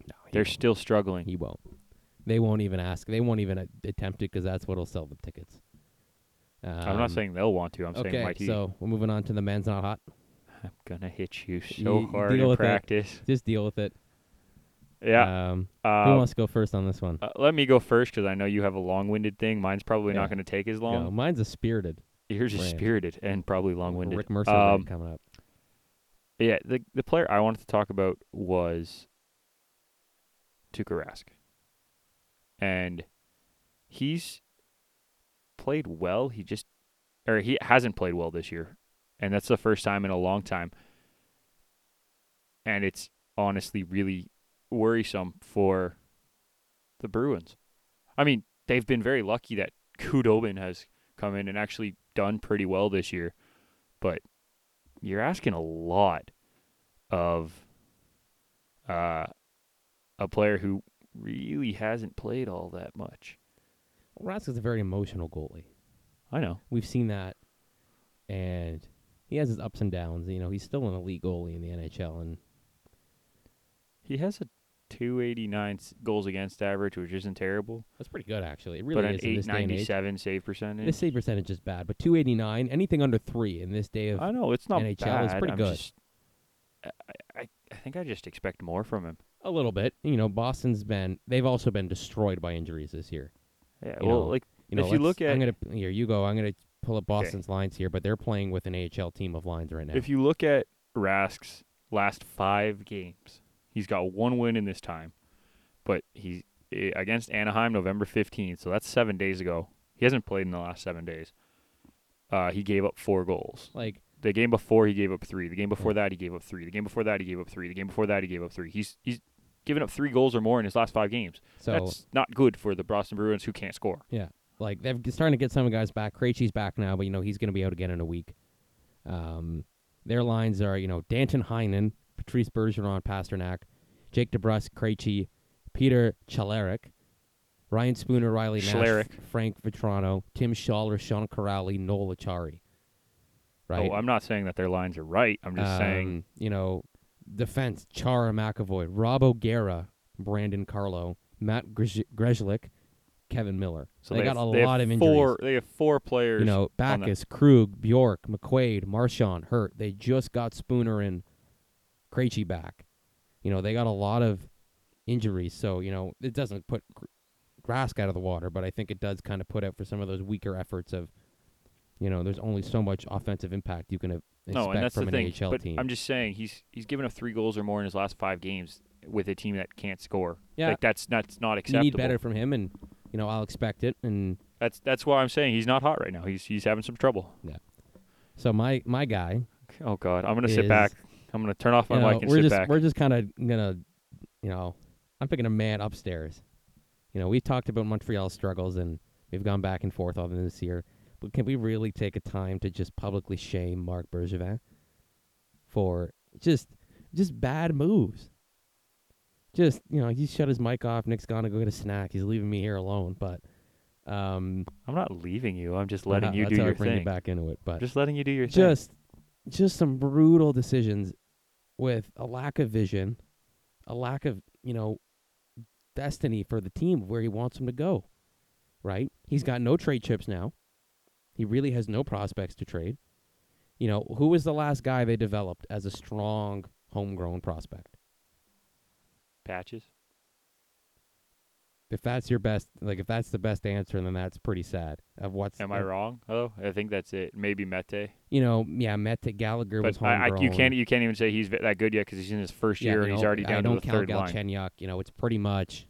S2: No, he
S1: they're
S2: won't.
S1: still struggling.
S2: he won't. They won't even ask. They won't even uh, attempt it because that's what'll sell them tickets. Um,
S1: I'm not saying they'll want to. I'm
S2: okay,
S1: saying might he.
S2: so we're moving on to the men's not hot.
S1: I'm gonna hit you
S2: You-
S1: so
S2: you
S1: hard
S2: deal
S1: in
S2: with it.
S1: practice.
S2: Just deal with it.
S1: Yeah.
S2: Um, who
S1: Uh,
S2: wants to go first on this one?
S1: uh, let me go first because I know you have a long-winded thing. Mine's probably
S2: Yeah.
S1: not going to take as
S2: Go.
S1: long.
S2: Mine's a spirited.
S1: Yours is
S2: Rant.
S1: spirited and probably long-winded.
S2: Rick Mercer
S1: Um,
S2: rant coming up.
S1: yeah. The the player I wanted to talk about was Tuukka Rask, and he's played well. He just or he hasn't played well this year, and that's the first time in a long time. And it's honestly really worrisome for the Bruins. I mean, they've been very lucky that Kudobin has come in and actually done pretty well this year, but you're asking a lot of uh, a player who really hasn't played all that much.
S2: Rask is a very emotional goalie.
S1: I know.
S2: We've seen that, and he has his ups and downs. You know, he's still an elite goalie in the NHL, and
S1: He has a 289 s- goals against average, which isn't terrible,
S2: that's pretty good actually. It really
S1: but an
S2: is in this day and age.
S1: 897 save percentage.
S2: This save percentage is bad, but 289, anything under three in this day of
S1: I know it's not
S2: NHL is
S1: bad.
S2: pretty
S1: I'm
S2: good.
S1: just- I, I, I think I just expect more from him.
S2: a little bit, you know, Boston's been they've also been destroyed by injuries this year.
S1: Yeah,
S2: You
S1: well,
S2: know,
S1: like
S2: You know,
S1: If you
S2: let's-
S1: look at-
S2: I'm gonna here you go. I'm gonna pull up Boston's lines here, but they're playing with an AHL team of lines right now.
S1: if you look at Rask's last five games, he's got one win in this time, but he's eh, against Anaheim November 15th, so that's seven days ago. He hasn't played in the last seven days. Uh, he gave up four goals.
S2: like
S1: The game before he gave up three. The game before that he gave up three. The game before that he gave up three. The game before that he gave up three. He's he's given up three goals or more in his last five games.
S2: so
S1: That's not good for the Boston Bruins who can't score.
S2: like they're starting to get some guys back. Krejci's back now, but you know he's going to be out again in a week. Um, their lines are you know Danton Heinen, Patrice Bergeron, Pasternak, Jake DeBrus, Krejci, Peter Chaleric, Ryan Spooner, Riley Nash,
S1: Chaleric.
S2: Frank Vitrano, Tim Schaller, Sean Corrali, Noel Achari. Right.
S1: Oh, I'm not saying that their lines are right. I'm just saying
S2: Um, you know, defense, Chara McAvoy, Rob O'Gara, Brandon Carlo, Matt Grej- Grejlik, Kevin Miller.
S1: so
S2: they, got
S1: have-
S2: a
S1: have
S2: lot of injuries.
S1: four, They have four players.
S2: you know,
S1: on the-
S2: Backus, Krug, Bjork, McQuaid, Marshawn, Hurt. They just got Spooner and Krejci back. You know, they got a lot of injuries, so you know it doesn't put Gr- Rask out of the water, but I think it does kind of put out for some of those weaker efforts of, you know, there's only so much offensive impact you can uh, expect
S1: no, and that's
S2: from
S1: the
S2: an
S1: thing.
S2: AHL
S1: but
S2: team.
S1: I'm just saying he's he's given up three goals or more in his last five games with a team that can't score.
S2: Yeah.
S1: like that's that's not
S2: you
S1: acceptable.
S2: need better from him, and you know I'll expect it. And
S1: That's that's why I'm saying he's not hot right now. He's he's having some trouble.
S2: so my my guy,
S1: Oh God, I'm gonna
S2: Is-
S1: sit back. I'm gonna turn off my
S2: you know,
S1: mic and
S2: we're
S1: sit
S2: just
S1: back.
S2: we're just kind of gonna, you know, I'm picking a man upstairs. You know, we've talked about Montreal's struggles and we've gone back and forth on this year, but can we really take a time to just publicly shame Mark Bergevin for just just bad moves? Just you know, he shut his mic off. Nick's gonna go get a snack. He's leaving me here alone, but um,
S1: I'm not leaving you. I'm just letting you
S2: that's
S1: do
S2: how I
S1: your
S2: bring
S1: thing.
S2: it back into it. But
S1: Just letting you do your thing.
S2: just just some brutal decisions with a lack of vision, a lack of, you know, destiny for the team of where he wants him to go. Right? He's got no trade chips now. He really has no prospects to trade. You know, who was the last guy they developed as a strong homegrown prospect?
S1: patches.
S2: If that's your best, like if that's the best answer, then that's pretty sad. Of what's
S1: Am I wrong? Oh, I think that's it. Maybe Mete.
S2: You know, yeah, Mete Gallagher was
S1: But I,
S2: homegrown.
S1: I, you can't you can't even say he's ve- that good yet because he's in his first year
S2: you
S1: and he's
S2: know,
S1: already
S2: I
S1: down to
S2: don't
S1: the
S2: count
S1: third line.
S2: Galchenyuk. You know, it's pretty much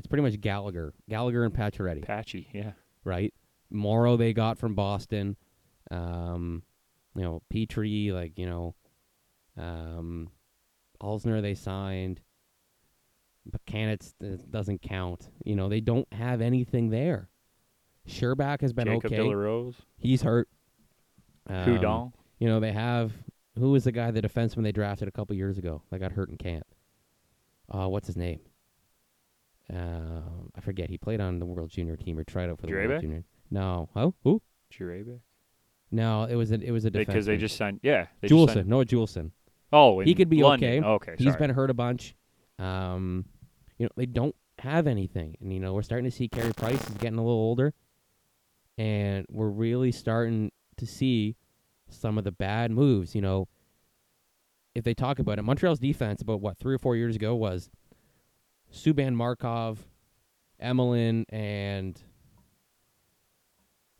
S2: it's pretty much Gallagher, Gallagher and Pacioretty,
S1: Patchy, yeah.
S2: right? Morrow they got from Boston, um, you know Petrie, like you know, um, Alsner they signed, but Canitz uh, doesn't count. You know they don't have anything there. Sherback has been
S1: Jacob
S2: okay.
S1: De La Rose,
S2: He's hurt. Um,
S1: Houdon.
S2: you know, they have who was the guy, the defenseman they drafted a couple years ago that got hurt in camp? Uh, what's his name? Um, I forget. He played on the World Junior team or tried out for the
S1: Drebec?
S2: World Junior. No, oh, who?
S1: Jurabek.
S2: No, it was a it was a defenseman.
S1: Because they just signed, yeah. They
S2: Juleson,
S1: Just signed,
S2: Noah Juleson.
S1: oh,
S2: He
S1: in
S2: could be
S1: London.
S2: okay.
S1: Okay,
S2: He's
S1: sorry.
S2: been hurt a bunch. Um, you know, they don't have anything, and you know, we're starting to see Carey Price is getting a little older, and we're really starting to see some of the bad moves. You know, if they talk about it, Montreal's defense about what three or four years ago was Subban, Markov, Emelin, and I'm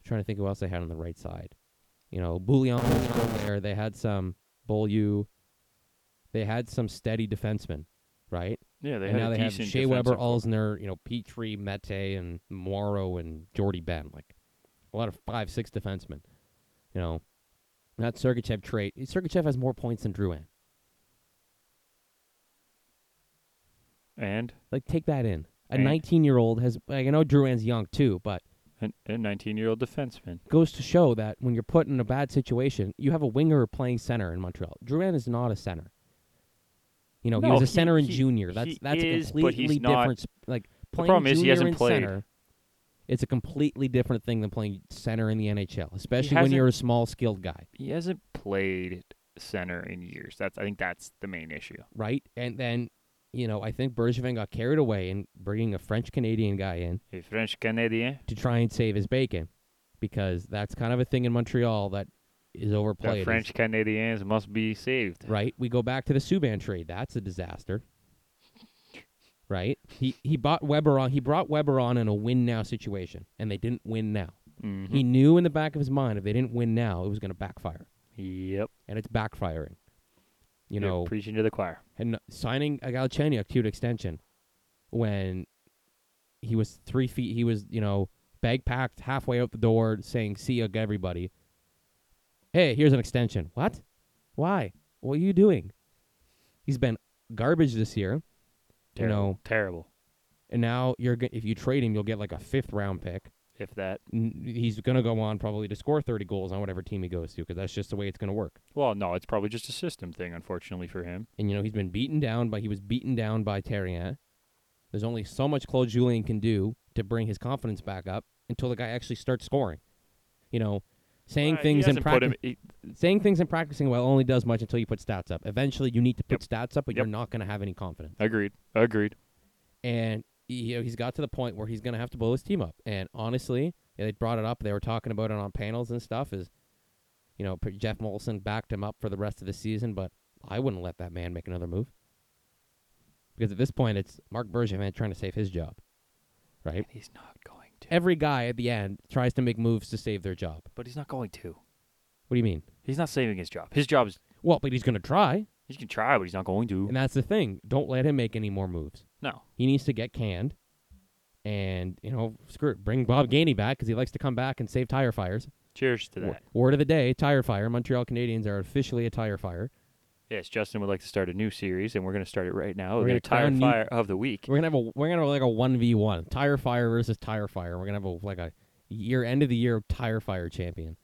S2: trying to think who else they had on the right side. You know, Bouillon was still there. They had some Beaulieu. They had some steady defensemen, right?
S1: yeah, they
S2: and
S1: had
S2: now
S1: a
S2: they have
S1: decent
S2: Shea Weber,
S1: defensive-
S2: Alsner, you know, Petrie, Mete, and Morrow and Jordy Ben. Like a lot of five, six defensemen. You know, not Sergachev trait. Sergachev has more points than Drouin.
S1: And
S2: Like take that in. A
S1: And-
S2: 19 year old has like, I know Drew Ann's young too, but
S1: a 19 year old defenseman.
S2: goes to show that when you're put in a bad situation, you have a winger playing center in Montreal. Duran is not a center. You know, he
S1: No,
S2: was
S1: he-
S2: a center in
S1: he-
S2: junior. That's
S1: he
S2: that's
S1: is,
S2: a
S1: but he's
S2: completely
S1: not-
S2: different. sp- Like playing
S1: problem is he
S2: junior
S1: hasn't
S2: in
S1: played.
S2: center, it's a completely different thing than playing center in the NHL, especially when
S1: hasn't-
S2: you're a small skilled guy,
S1: He hasn't played center in years. That's I think that's the main issue.
S2: right? And then, you know, I think Bergevin got carried away in bringing a French Canadian guy in
S1: A French Canadien.
S2: to try and save his bacon, because that's kind of a thing in Montreal that is overplayed.
S1: The
S2: is-
S1: French Canadians must be saved.
S2: right? We go back to the Subban trade. That's a disaster. Right? He he bought Weber on he brought Weber on in a win now situation and they didn't win now.
S1: Mm-hmm.
S2: He knew in the back of his mind if they didn't win now, it was going to backfire.
S1: Yep.
S2: And it's backfiring.
S1: You're
S2: You know,
S1: preaching to the choir.
S2: and signing a Galchenyuk to an extension when he was 3 feet he was, you know, bag packed halfway out the door saying see you everybody. Hey, here's an extension. What? Why? What are you doing? He's been garbage this year,
S1: Terrible.
S2: know.
S1: Terrible.
S2: and now you're go- if you trade him, you'll get like a fifth round pick.
S1: If that.
S2: N- He's gonna go on probably to score thirty goals on whatever team he goes to because that's just the way it's gonna work.
S1: Well, no, it's probably just a system thing, unfortunately for him.
S2: And you know he's been beaten down by he was beaten down by Terrien. There's only so much Claude Julien can do to bring his confidence back up until the guy actually starts scoring. You know, saying
S1: Uh, he
S2: things
S1: hasn't
S2: and
S1: put
S2: practice,
S1: him- he-
S2: saying things and practicing well only does much until you put stats up. Eventually, you need to put stats up, but you're
S1: Yep.
S2: not gonna have any confidence.
S1: agreed. Agreed.
S2: and you know, he's got to the point where he's going to have to blow his team up. And honestly, they brought it up. They were talking about it on panels and stuff. Is you know, put- Jeff Molson backed him up for the rest of the season, but I wouldn't let that man make another move because at this point, it's Mark Bergevin trying to save his job. Right?
S1: And he's not going to.
S2: Every guy at the end tries to make moves to save their job.
S1: but he's not going to.
S2: What do you mean?
S1: He's not saving his job. His job is
S2: Well, but he's going to try,
S1: he can try, but he's not going to.
S2: and that's the thing. Don't let him make any more moves.
S1: No.
S2: he needs to get canned and you know screw it bring bob gainey back because he likes to come back and save tire fires
S1: Cheers to
S2: Wo-
S1: that.
S2: word of the day tire fire montreal canadians are officially a tire fire
S1: Yes, Justin would like to start a new series, and we're going to start it right now.
S2: We're
S1: We're going
S2: gonna
S1: to tire
S2: crown new-
S1: fire of the week.
S2: we're gonna have a we're gonna have like a 1v1 tire fire versus tire fire we're gonna have a like a year end of the year tire fire champion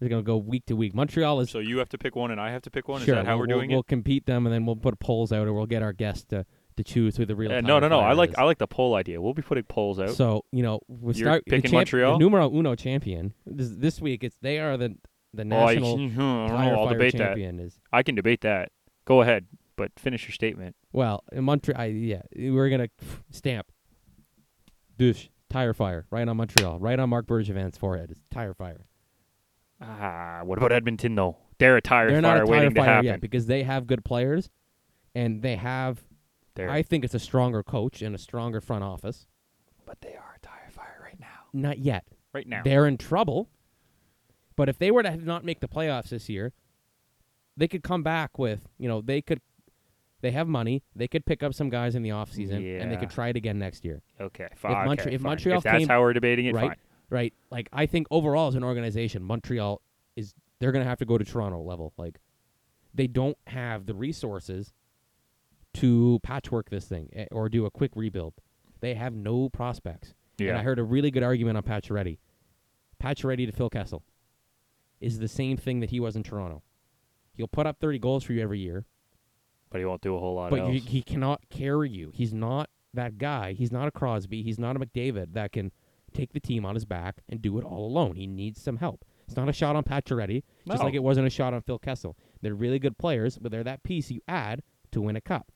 S2: they're gonna go week to week montreal is
S1: So you have to pick one, and I have to pick one.
S2: sure
S1: Is that how
S2: we'll,
S1: we're doing
S2: we'll, we'll compete them and then we'll put polls out or we'll get our guests to to choose who the real
S1: it? Uh,
S2: tire
S1: no, no, no. I
S2: fire
S1: like
S2: is.
S1: I like the poll idea. We'll be putting polls out.
S2: So you know we
S1: Oh. You're
S2: start the
S1: picking
S2: champ-
S1: Montreal?
S2: the numero uno champion. This, this week it's they are the the
S1: oh, I,
S2: national
S1: I
S2: tire
S1: will
S2: fire
S1: debate that.
S2: champion is
S1: I can debate that. Go ahead, but finish your statement.
S2: well in Montreal. Yeah, we're gonna stamp douche tire fire right on Montreal, right on Mark Bergevin's forehead. It's tire fire.
S1: Ah, what about Edmonton though? They're a tire fire
S2: They're not a tire
S1: waiting to
S2: fire
S1: happen.
S2: yet because they have good players, and they have.
S1: They're-
S2: I think it's a stronger coach and a stronger front office.
S1: but they are a tire fire right now.
S2: Not yet.
S1: Right now.
S2: They're in trouble. But if they were to not make the playoffs this year, they could come back with, you know, they could they have money, they could pick up some guys in the offseason and
S1: Yeah.
S2: they could try it again next year.
S1: okay. Fine. okay,
S2: Montre- if
S1: fine.
S2: Montreal
S1: if that's
S2: came-
S1: how we're debating it,
S2: right?
S1: fine.
S2: Right? Like I think overall as an organization, Montreal is they're going to have to go to Toronto level. Like they don't have the resources to patchwork this thing eh, or do a quick rebuild. They have no prospects.
S1: Yeah.
S2: And I heard a really good argument on Pacioretty. Pacioretty to Phil Kessel is the same thing that he was in Toronto. He'll put up 30 goals for you every year,
S1: but he won't do a whole lot
S2: but
S1: else.
S2: you, he cannot carry you. He's not that guy. He's not a Crosby. He's not a McDavid that can take the team on his back and do it all alone. He needs some help. It's not a shot on Pacioretty, just
S1: No.
S2: like it wasn't a shot on Phil Kessel. They're really good players, but they're that piece you add to win a cup.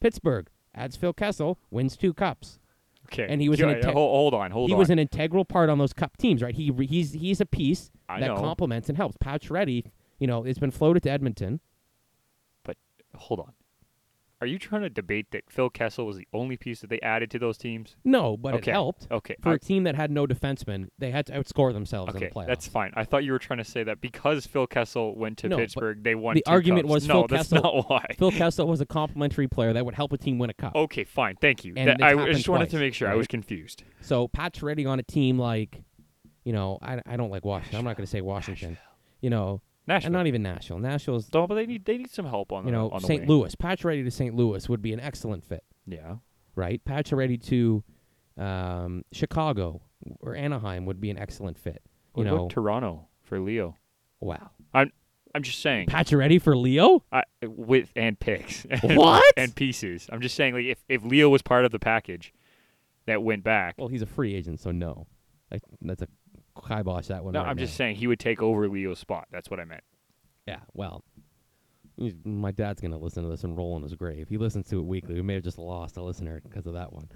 S2: Pittsburgh adds Phil Kessel, wins two cups.
S1: okay.
S2: and he was
S1: Yeah,
S2: in a
S1: yeah,
S2: te-
S1: hold, hold on. Hold
S2: he
S1: on.
S2: was an integral part on those cup teams, right? He re- he's he's a piece
S1: I
S2: that
S1: know.
S2: complements and helps. Patch Reddy, you know, it's been floated to Edmonton.
S1: hold on. Are you trying to debate that Phil Kessel was the only piece that they added to those teams?
S2: No, but
S1: Okay.
S2: it helped
S1: Okay.
S2: for
S1: I-
S2: a team that had no defensemen. They had to outscore themselves
S1: okay,
S2: in the playoffs.
S1: that's fine. I thought you were trying to say that because Phil Kessel went to
S2: No, but
S1: Pittsburgh, they won.
S2: the
S1: two
S2: argument
S1: cups.
S2: was
S1: no,
S2: Phil
S1: that's
S2: Kessel-
S1: not why.
S2: Phil Kessel was a complimentary player that would help a team win a cup.
S1: Okay, fine. Thank you.
S2: And
S1: That-
S2: it's
S1: I, I
S2: happened
S1: just wanted to
S2: twice,
S1: make sure I
S2: right?
S1: was confused.
S2: So Patch Reddy on a team like, you know, I, I don't like Washington. I'm not going to say Washington. You know,
S1: Nashville.
S2: and not even Nashville. Nashville's
S1: No, but they need they need some help on
S2: you
S1: the
S2: know
S1: on the
S2: St.
S1: wing.
S2: Louis. Patch Reddy to St. Louis would be an excellent fit.
S1: Yeah.
S2: right? Pacioretty to um, Chicago or Anaheim would be an excellent fit. You
S1: What about
S2: know,
S1: Toronto for Leo?
S2: wow.
S1: I'm just saying.
S2: Pacioretty for Leo?
S1: I, with and picks. And,
S2: What?
S1: And pieces. I'm just saying, like, if, if Leo was part of the package that went back,
S2: Well, he's a free agent, so no. Like, that's a kibosh that one.
S1: no,
S2: right
S1: I'm
S2: now.
S1: just saying he would take over Leo's spot. That's what I meant.
S2: Yeah, well, he's- my dad's gonna listen to this and roll in his grave. He listens to it weekly. We may have just lost a listener because of that one.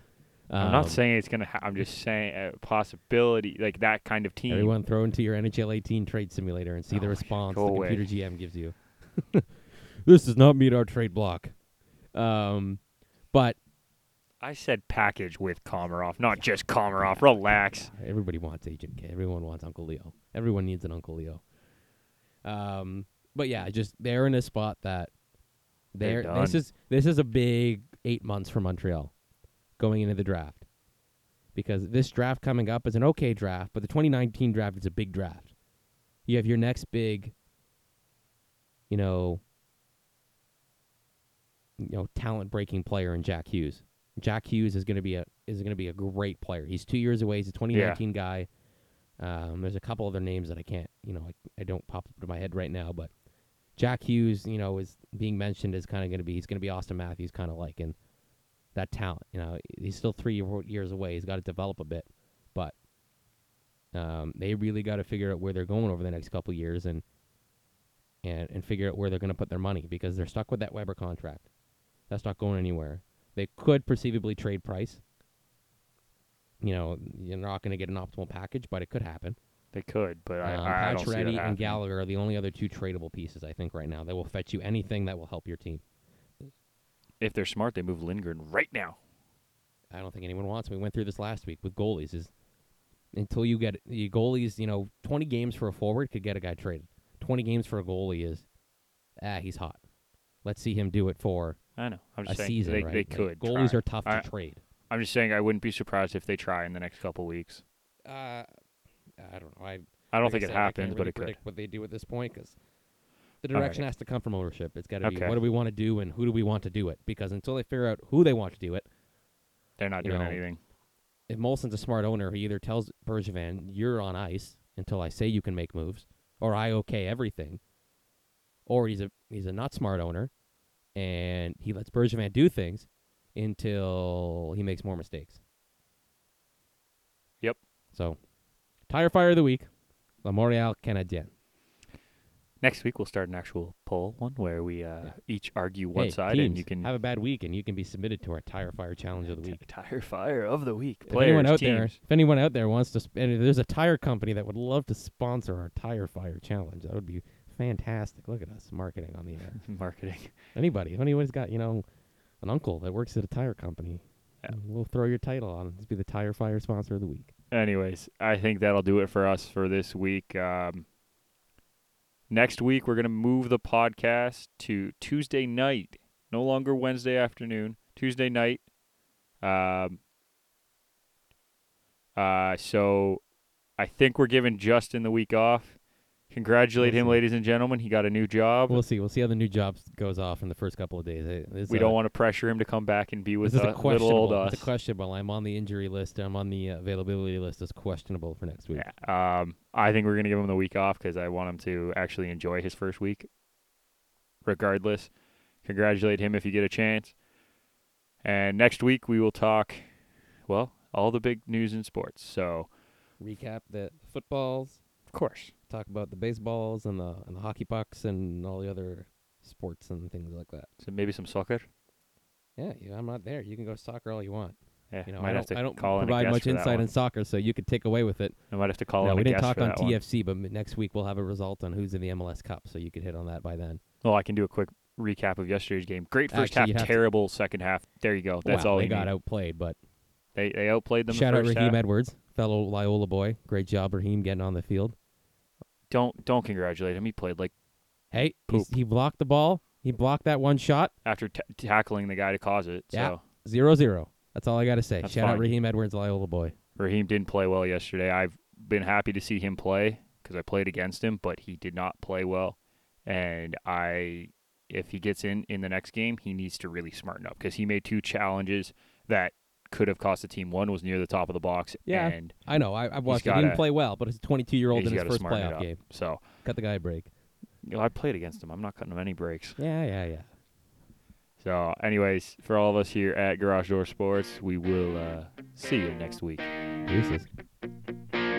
S1: I'm
S2: Um,
S1: not saying it's gonna. Ha- I'm just saying a possibility, like that kind of team.
S2: Everyone throw into your NHL 18 trade simulator and see the
S1: Oh,
S2: response
S1: go
S2: the
S1: away.
S2: computer GM gives you. this does not meet our trade block. Um, but
S1: I said package with Komarov, not just Komarov. Relax.
S2: everybody wants Agent K. Everyone wants Uncle Leo. Everyone needs an Uncle Leo. Um, but yeah, just they're in a spot that
S1: They're
S2: they're, this
S1: done.
S2: is this is a big eight months for Montreal going into the draft because this draft coming up is an okay draft, but the 2019 draft is a big draft. You have your next big, you know, you know, talent breaking player in Jack Hughes. Jack Hughes is going to be a is going to be a great player. He's two years away. He's a 2019 guy. Um, there's a couple other names that I can't, you know, I, I don't pop up to my head right now, but Jack Hughes, you know, is being mentioned as kind of going to be he's going to be Austin Matthews kind of like and that talent. You know, he's still three or four years away. He's got to develop a bit, but um, they really got to figure out where they're going over the next couple of years and and and figure out where they're going to put their money because they're stuck with that Weber contract. That's not going anywhere. They could perceivably trade price. You know, you're not going to get an optimal package, but it could happen.
S1: They could, but I,
S2: um,
S1: I, I don't see that
S2: Pacioretty and
S1: happening.
S2: Gallagher are the only other two tradable pieces I think right now that will fetch you anything that will help your team.
S1: if they're smart, they move Lindgren right now.
S2: I don't think anyone wants. him. We went through this last week with goalies. Is until you get your goalies, you know, twenty games for a forward could get a guy traded. Twenty games for a goalie is ah, he's hot. Let's see him do it for
S1: I know. I'm
S2: a
S1: just saying
S2: season.
S1: they,
S2: right?
S1: they
S2: Like,
S1: could.
S2: goalies
S1: try.
S2: are tough
S1: I-
S2: to trade.
S1: I'm just saying I wouldn't be surprised if they try in the next couple weeks.
S2: Uh, I don't know. I,
S1: I don't
S2: like
S1: think
S2: said,
S1: it
S2: I can't
S1: happens, but
S2: really
S1: it could.
S2: predict What they do at this point, because the
S1: All right.
S2: direction has to come from ownership. It's got to be
S1: Okay.
S2: what do we want to do and who do we want to do it? Because until they figure out who they want to do it,
S1: They're not
S2: you
S1: doing
S2: know,
S1: anything.
S2: if Molson's a smart owner, he either tells Bergevin, "You're on ice until I say you can make moves," or "I okay everything," or he's a he's a not smart owner, and he lets Bergevin do things until he makes more mistakes.
S1: Yep.
S2: So, tire fire of the week, La Montréal Canadien.
S1: Next week we'll start an actual poll one where we uh,
S2: Yeah.
S1: each argue one
S2: Hey,
S1: side, and
S2: teams,
S1: you can
S2: have a bad week, and you can be submitted to our tire fire challenge of the
S1: t-
S2: week.
S1: tire fire of the week.
S2: if
S1: Players,
S2: anyone out there,
S1: teams.
S2: if anyone out there wants to, sp- and there's a tire company that would love to sponsor our tire fire challenge. That would be fantastic. Look at us marketing on the air.
S1: marketing.
S2: Anybody, if anyone's got you know an uncle that works at a tire company,
S1: Yeah.
S2: you know, we'll throw your title on. it. Just be the tire fire sponsor of the week.
S1: Anyways, I think that'll do it for us for this week. Um, next week we're gonna move the podcast to Tuesday night, no longer Wednesday afternoon. Tuesday night. Um. Uh, so I think we're giving Justin the week off. Congratulate
S2: We'll
S1: him,
S2: see.
S1: ladies and gentlemen. He got a new job.
S2: We'll see. We'll see how the new job s- goes off in the first couple of days. I- it's
S1: we
S2: a-
S1: don't want to pressure him to come back and be with
S2: uh, this is a
S1: uh, little old
S2: questionable-
S1: us.
S2: It's a questionable. I'm on the injury list. I'm on the uh, availability list. It's questionable for next week.
S1: Yeah. Um, I think we're gonna give him the week off because I want him to actually enjoy his first week. Regardless, congratulate him if you get a chance. And next week we will talk, well, all the big news in sports. So
S2: Recap the footballs.
S1: of course,
S2: talk about the baseballs and the and the hockey pucks and all the other sports and things like that.
S1: so maybe some soccer.
S2: Yeah, yeah I'm not there. You can go soccer all you want.
S1: Yeah,
S2: You know,
S1: might
S2: I don't,
S1: have to
S2: I don't
S1: call in a
S2: provide
S1: guest
S2: much
S1: for that
S2: insight
S1: one.
S2: in soccer, so you could take away with it.
S1: I might have to call
S2: no,
S1: in a
S2: we didn't
S1: guest
S2: talk
S1: for
S2: on
S1: that one.
S2: TFC, but m- next week we'll have a result on who's in the MLS Cup, so you could hit on that by then.
S1: Well, I can do a quick recap of yesterday's game. Great first
S2: Actually, you'd
S1: half,
S2: have to-
S1: terrible second half. There you go. That's
S2: Wow,
S1: all
S2: they
S1: you
S2: got
S1: need.
S2: outplayed, but
S1: They they outplayed them.
S2: shout
S1: the
S2: out
S1: first
S2: Raheem
S1: half.
S2: Edwards, fellow Loyola boy. Great job, Raheem, getting on the field.
S1: Don't don't congratulate him. He played like.
S2: Hey, he's,
S1: Poop.
S2: he blocked the ball. He blocked that one shot.
S1: after t- tackling the guy to cause it.
S2: Yeah.
S1: So
S2: Zero zero. That's all I got to say.
S1: That's
S2: shout out
S1: fine.
S2: Raheem Edwards, Loyola boy.
S1: Raheem didn't play well yesterday. I've been happy to see him play because I played against him, but he did not play well, and I if he gets in in the next game, he needs to really smarten up because he made two challenges that could have cost the team. One was near the top of the box,
S2: Yeah.
S1: and
S2: I know. I, I've watched. He
S1: gotta-
S2: didn't play well, but it's a 22 year old
S1: he's
S2: in his
S1: got to
S2: first
S1: smarten it
S2: playoff
S1: up.
S2: game.
S1: So
S2: Cut the guy a break.
S1: you know, I played against him. I'm not cutting him any breaks.
S2: Yeah, yeah, yeah.
S1: So, anyways, for all of us here at Garage Door Sports, we will uh, see you next week.
S2: Deuces.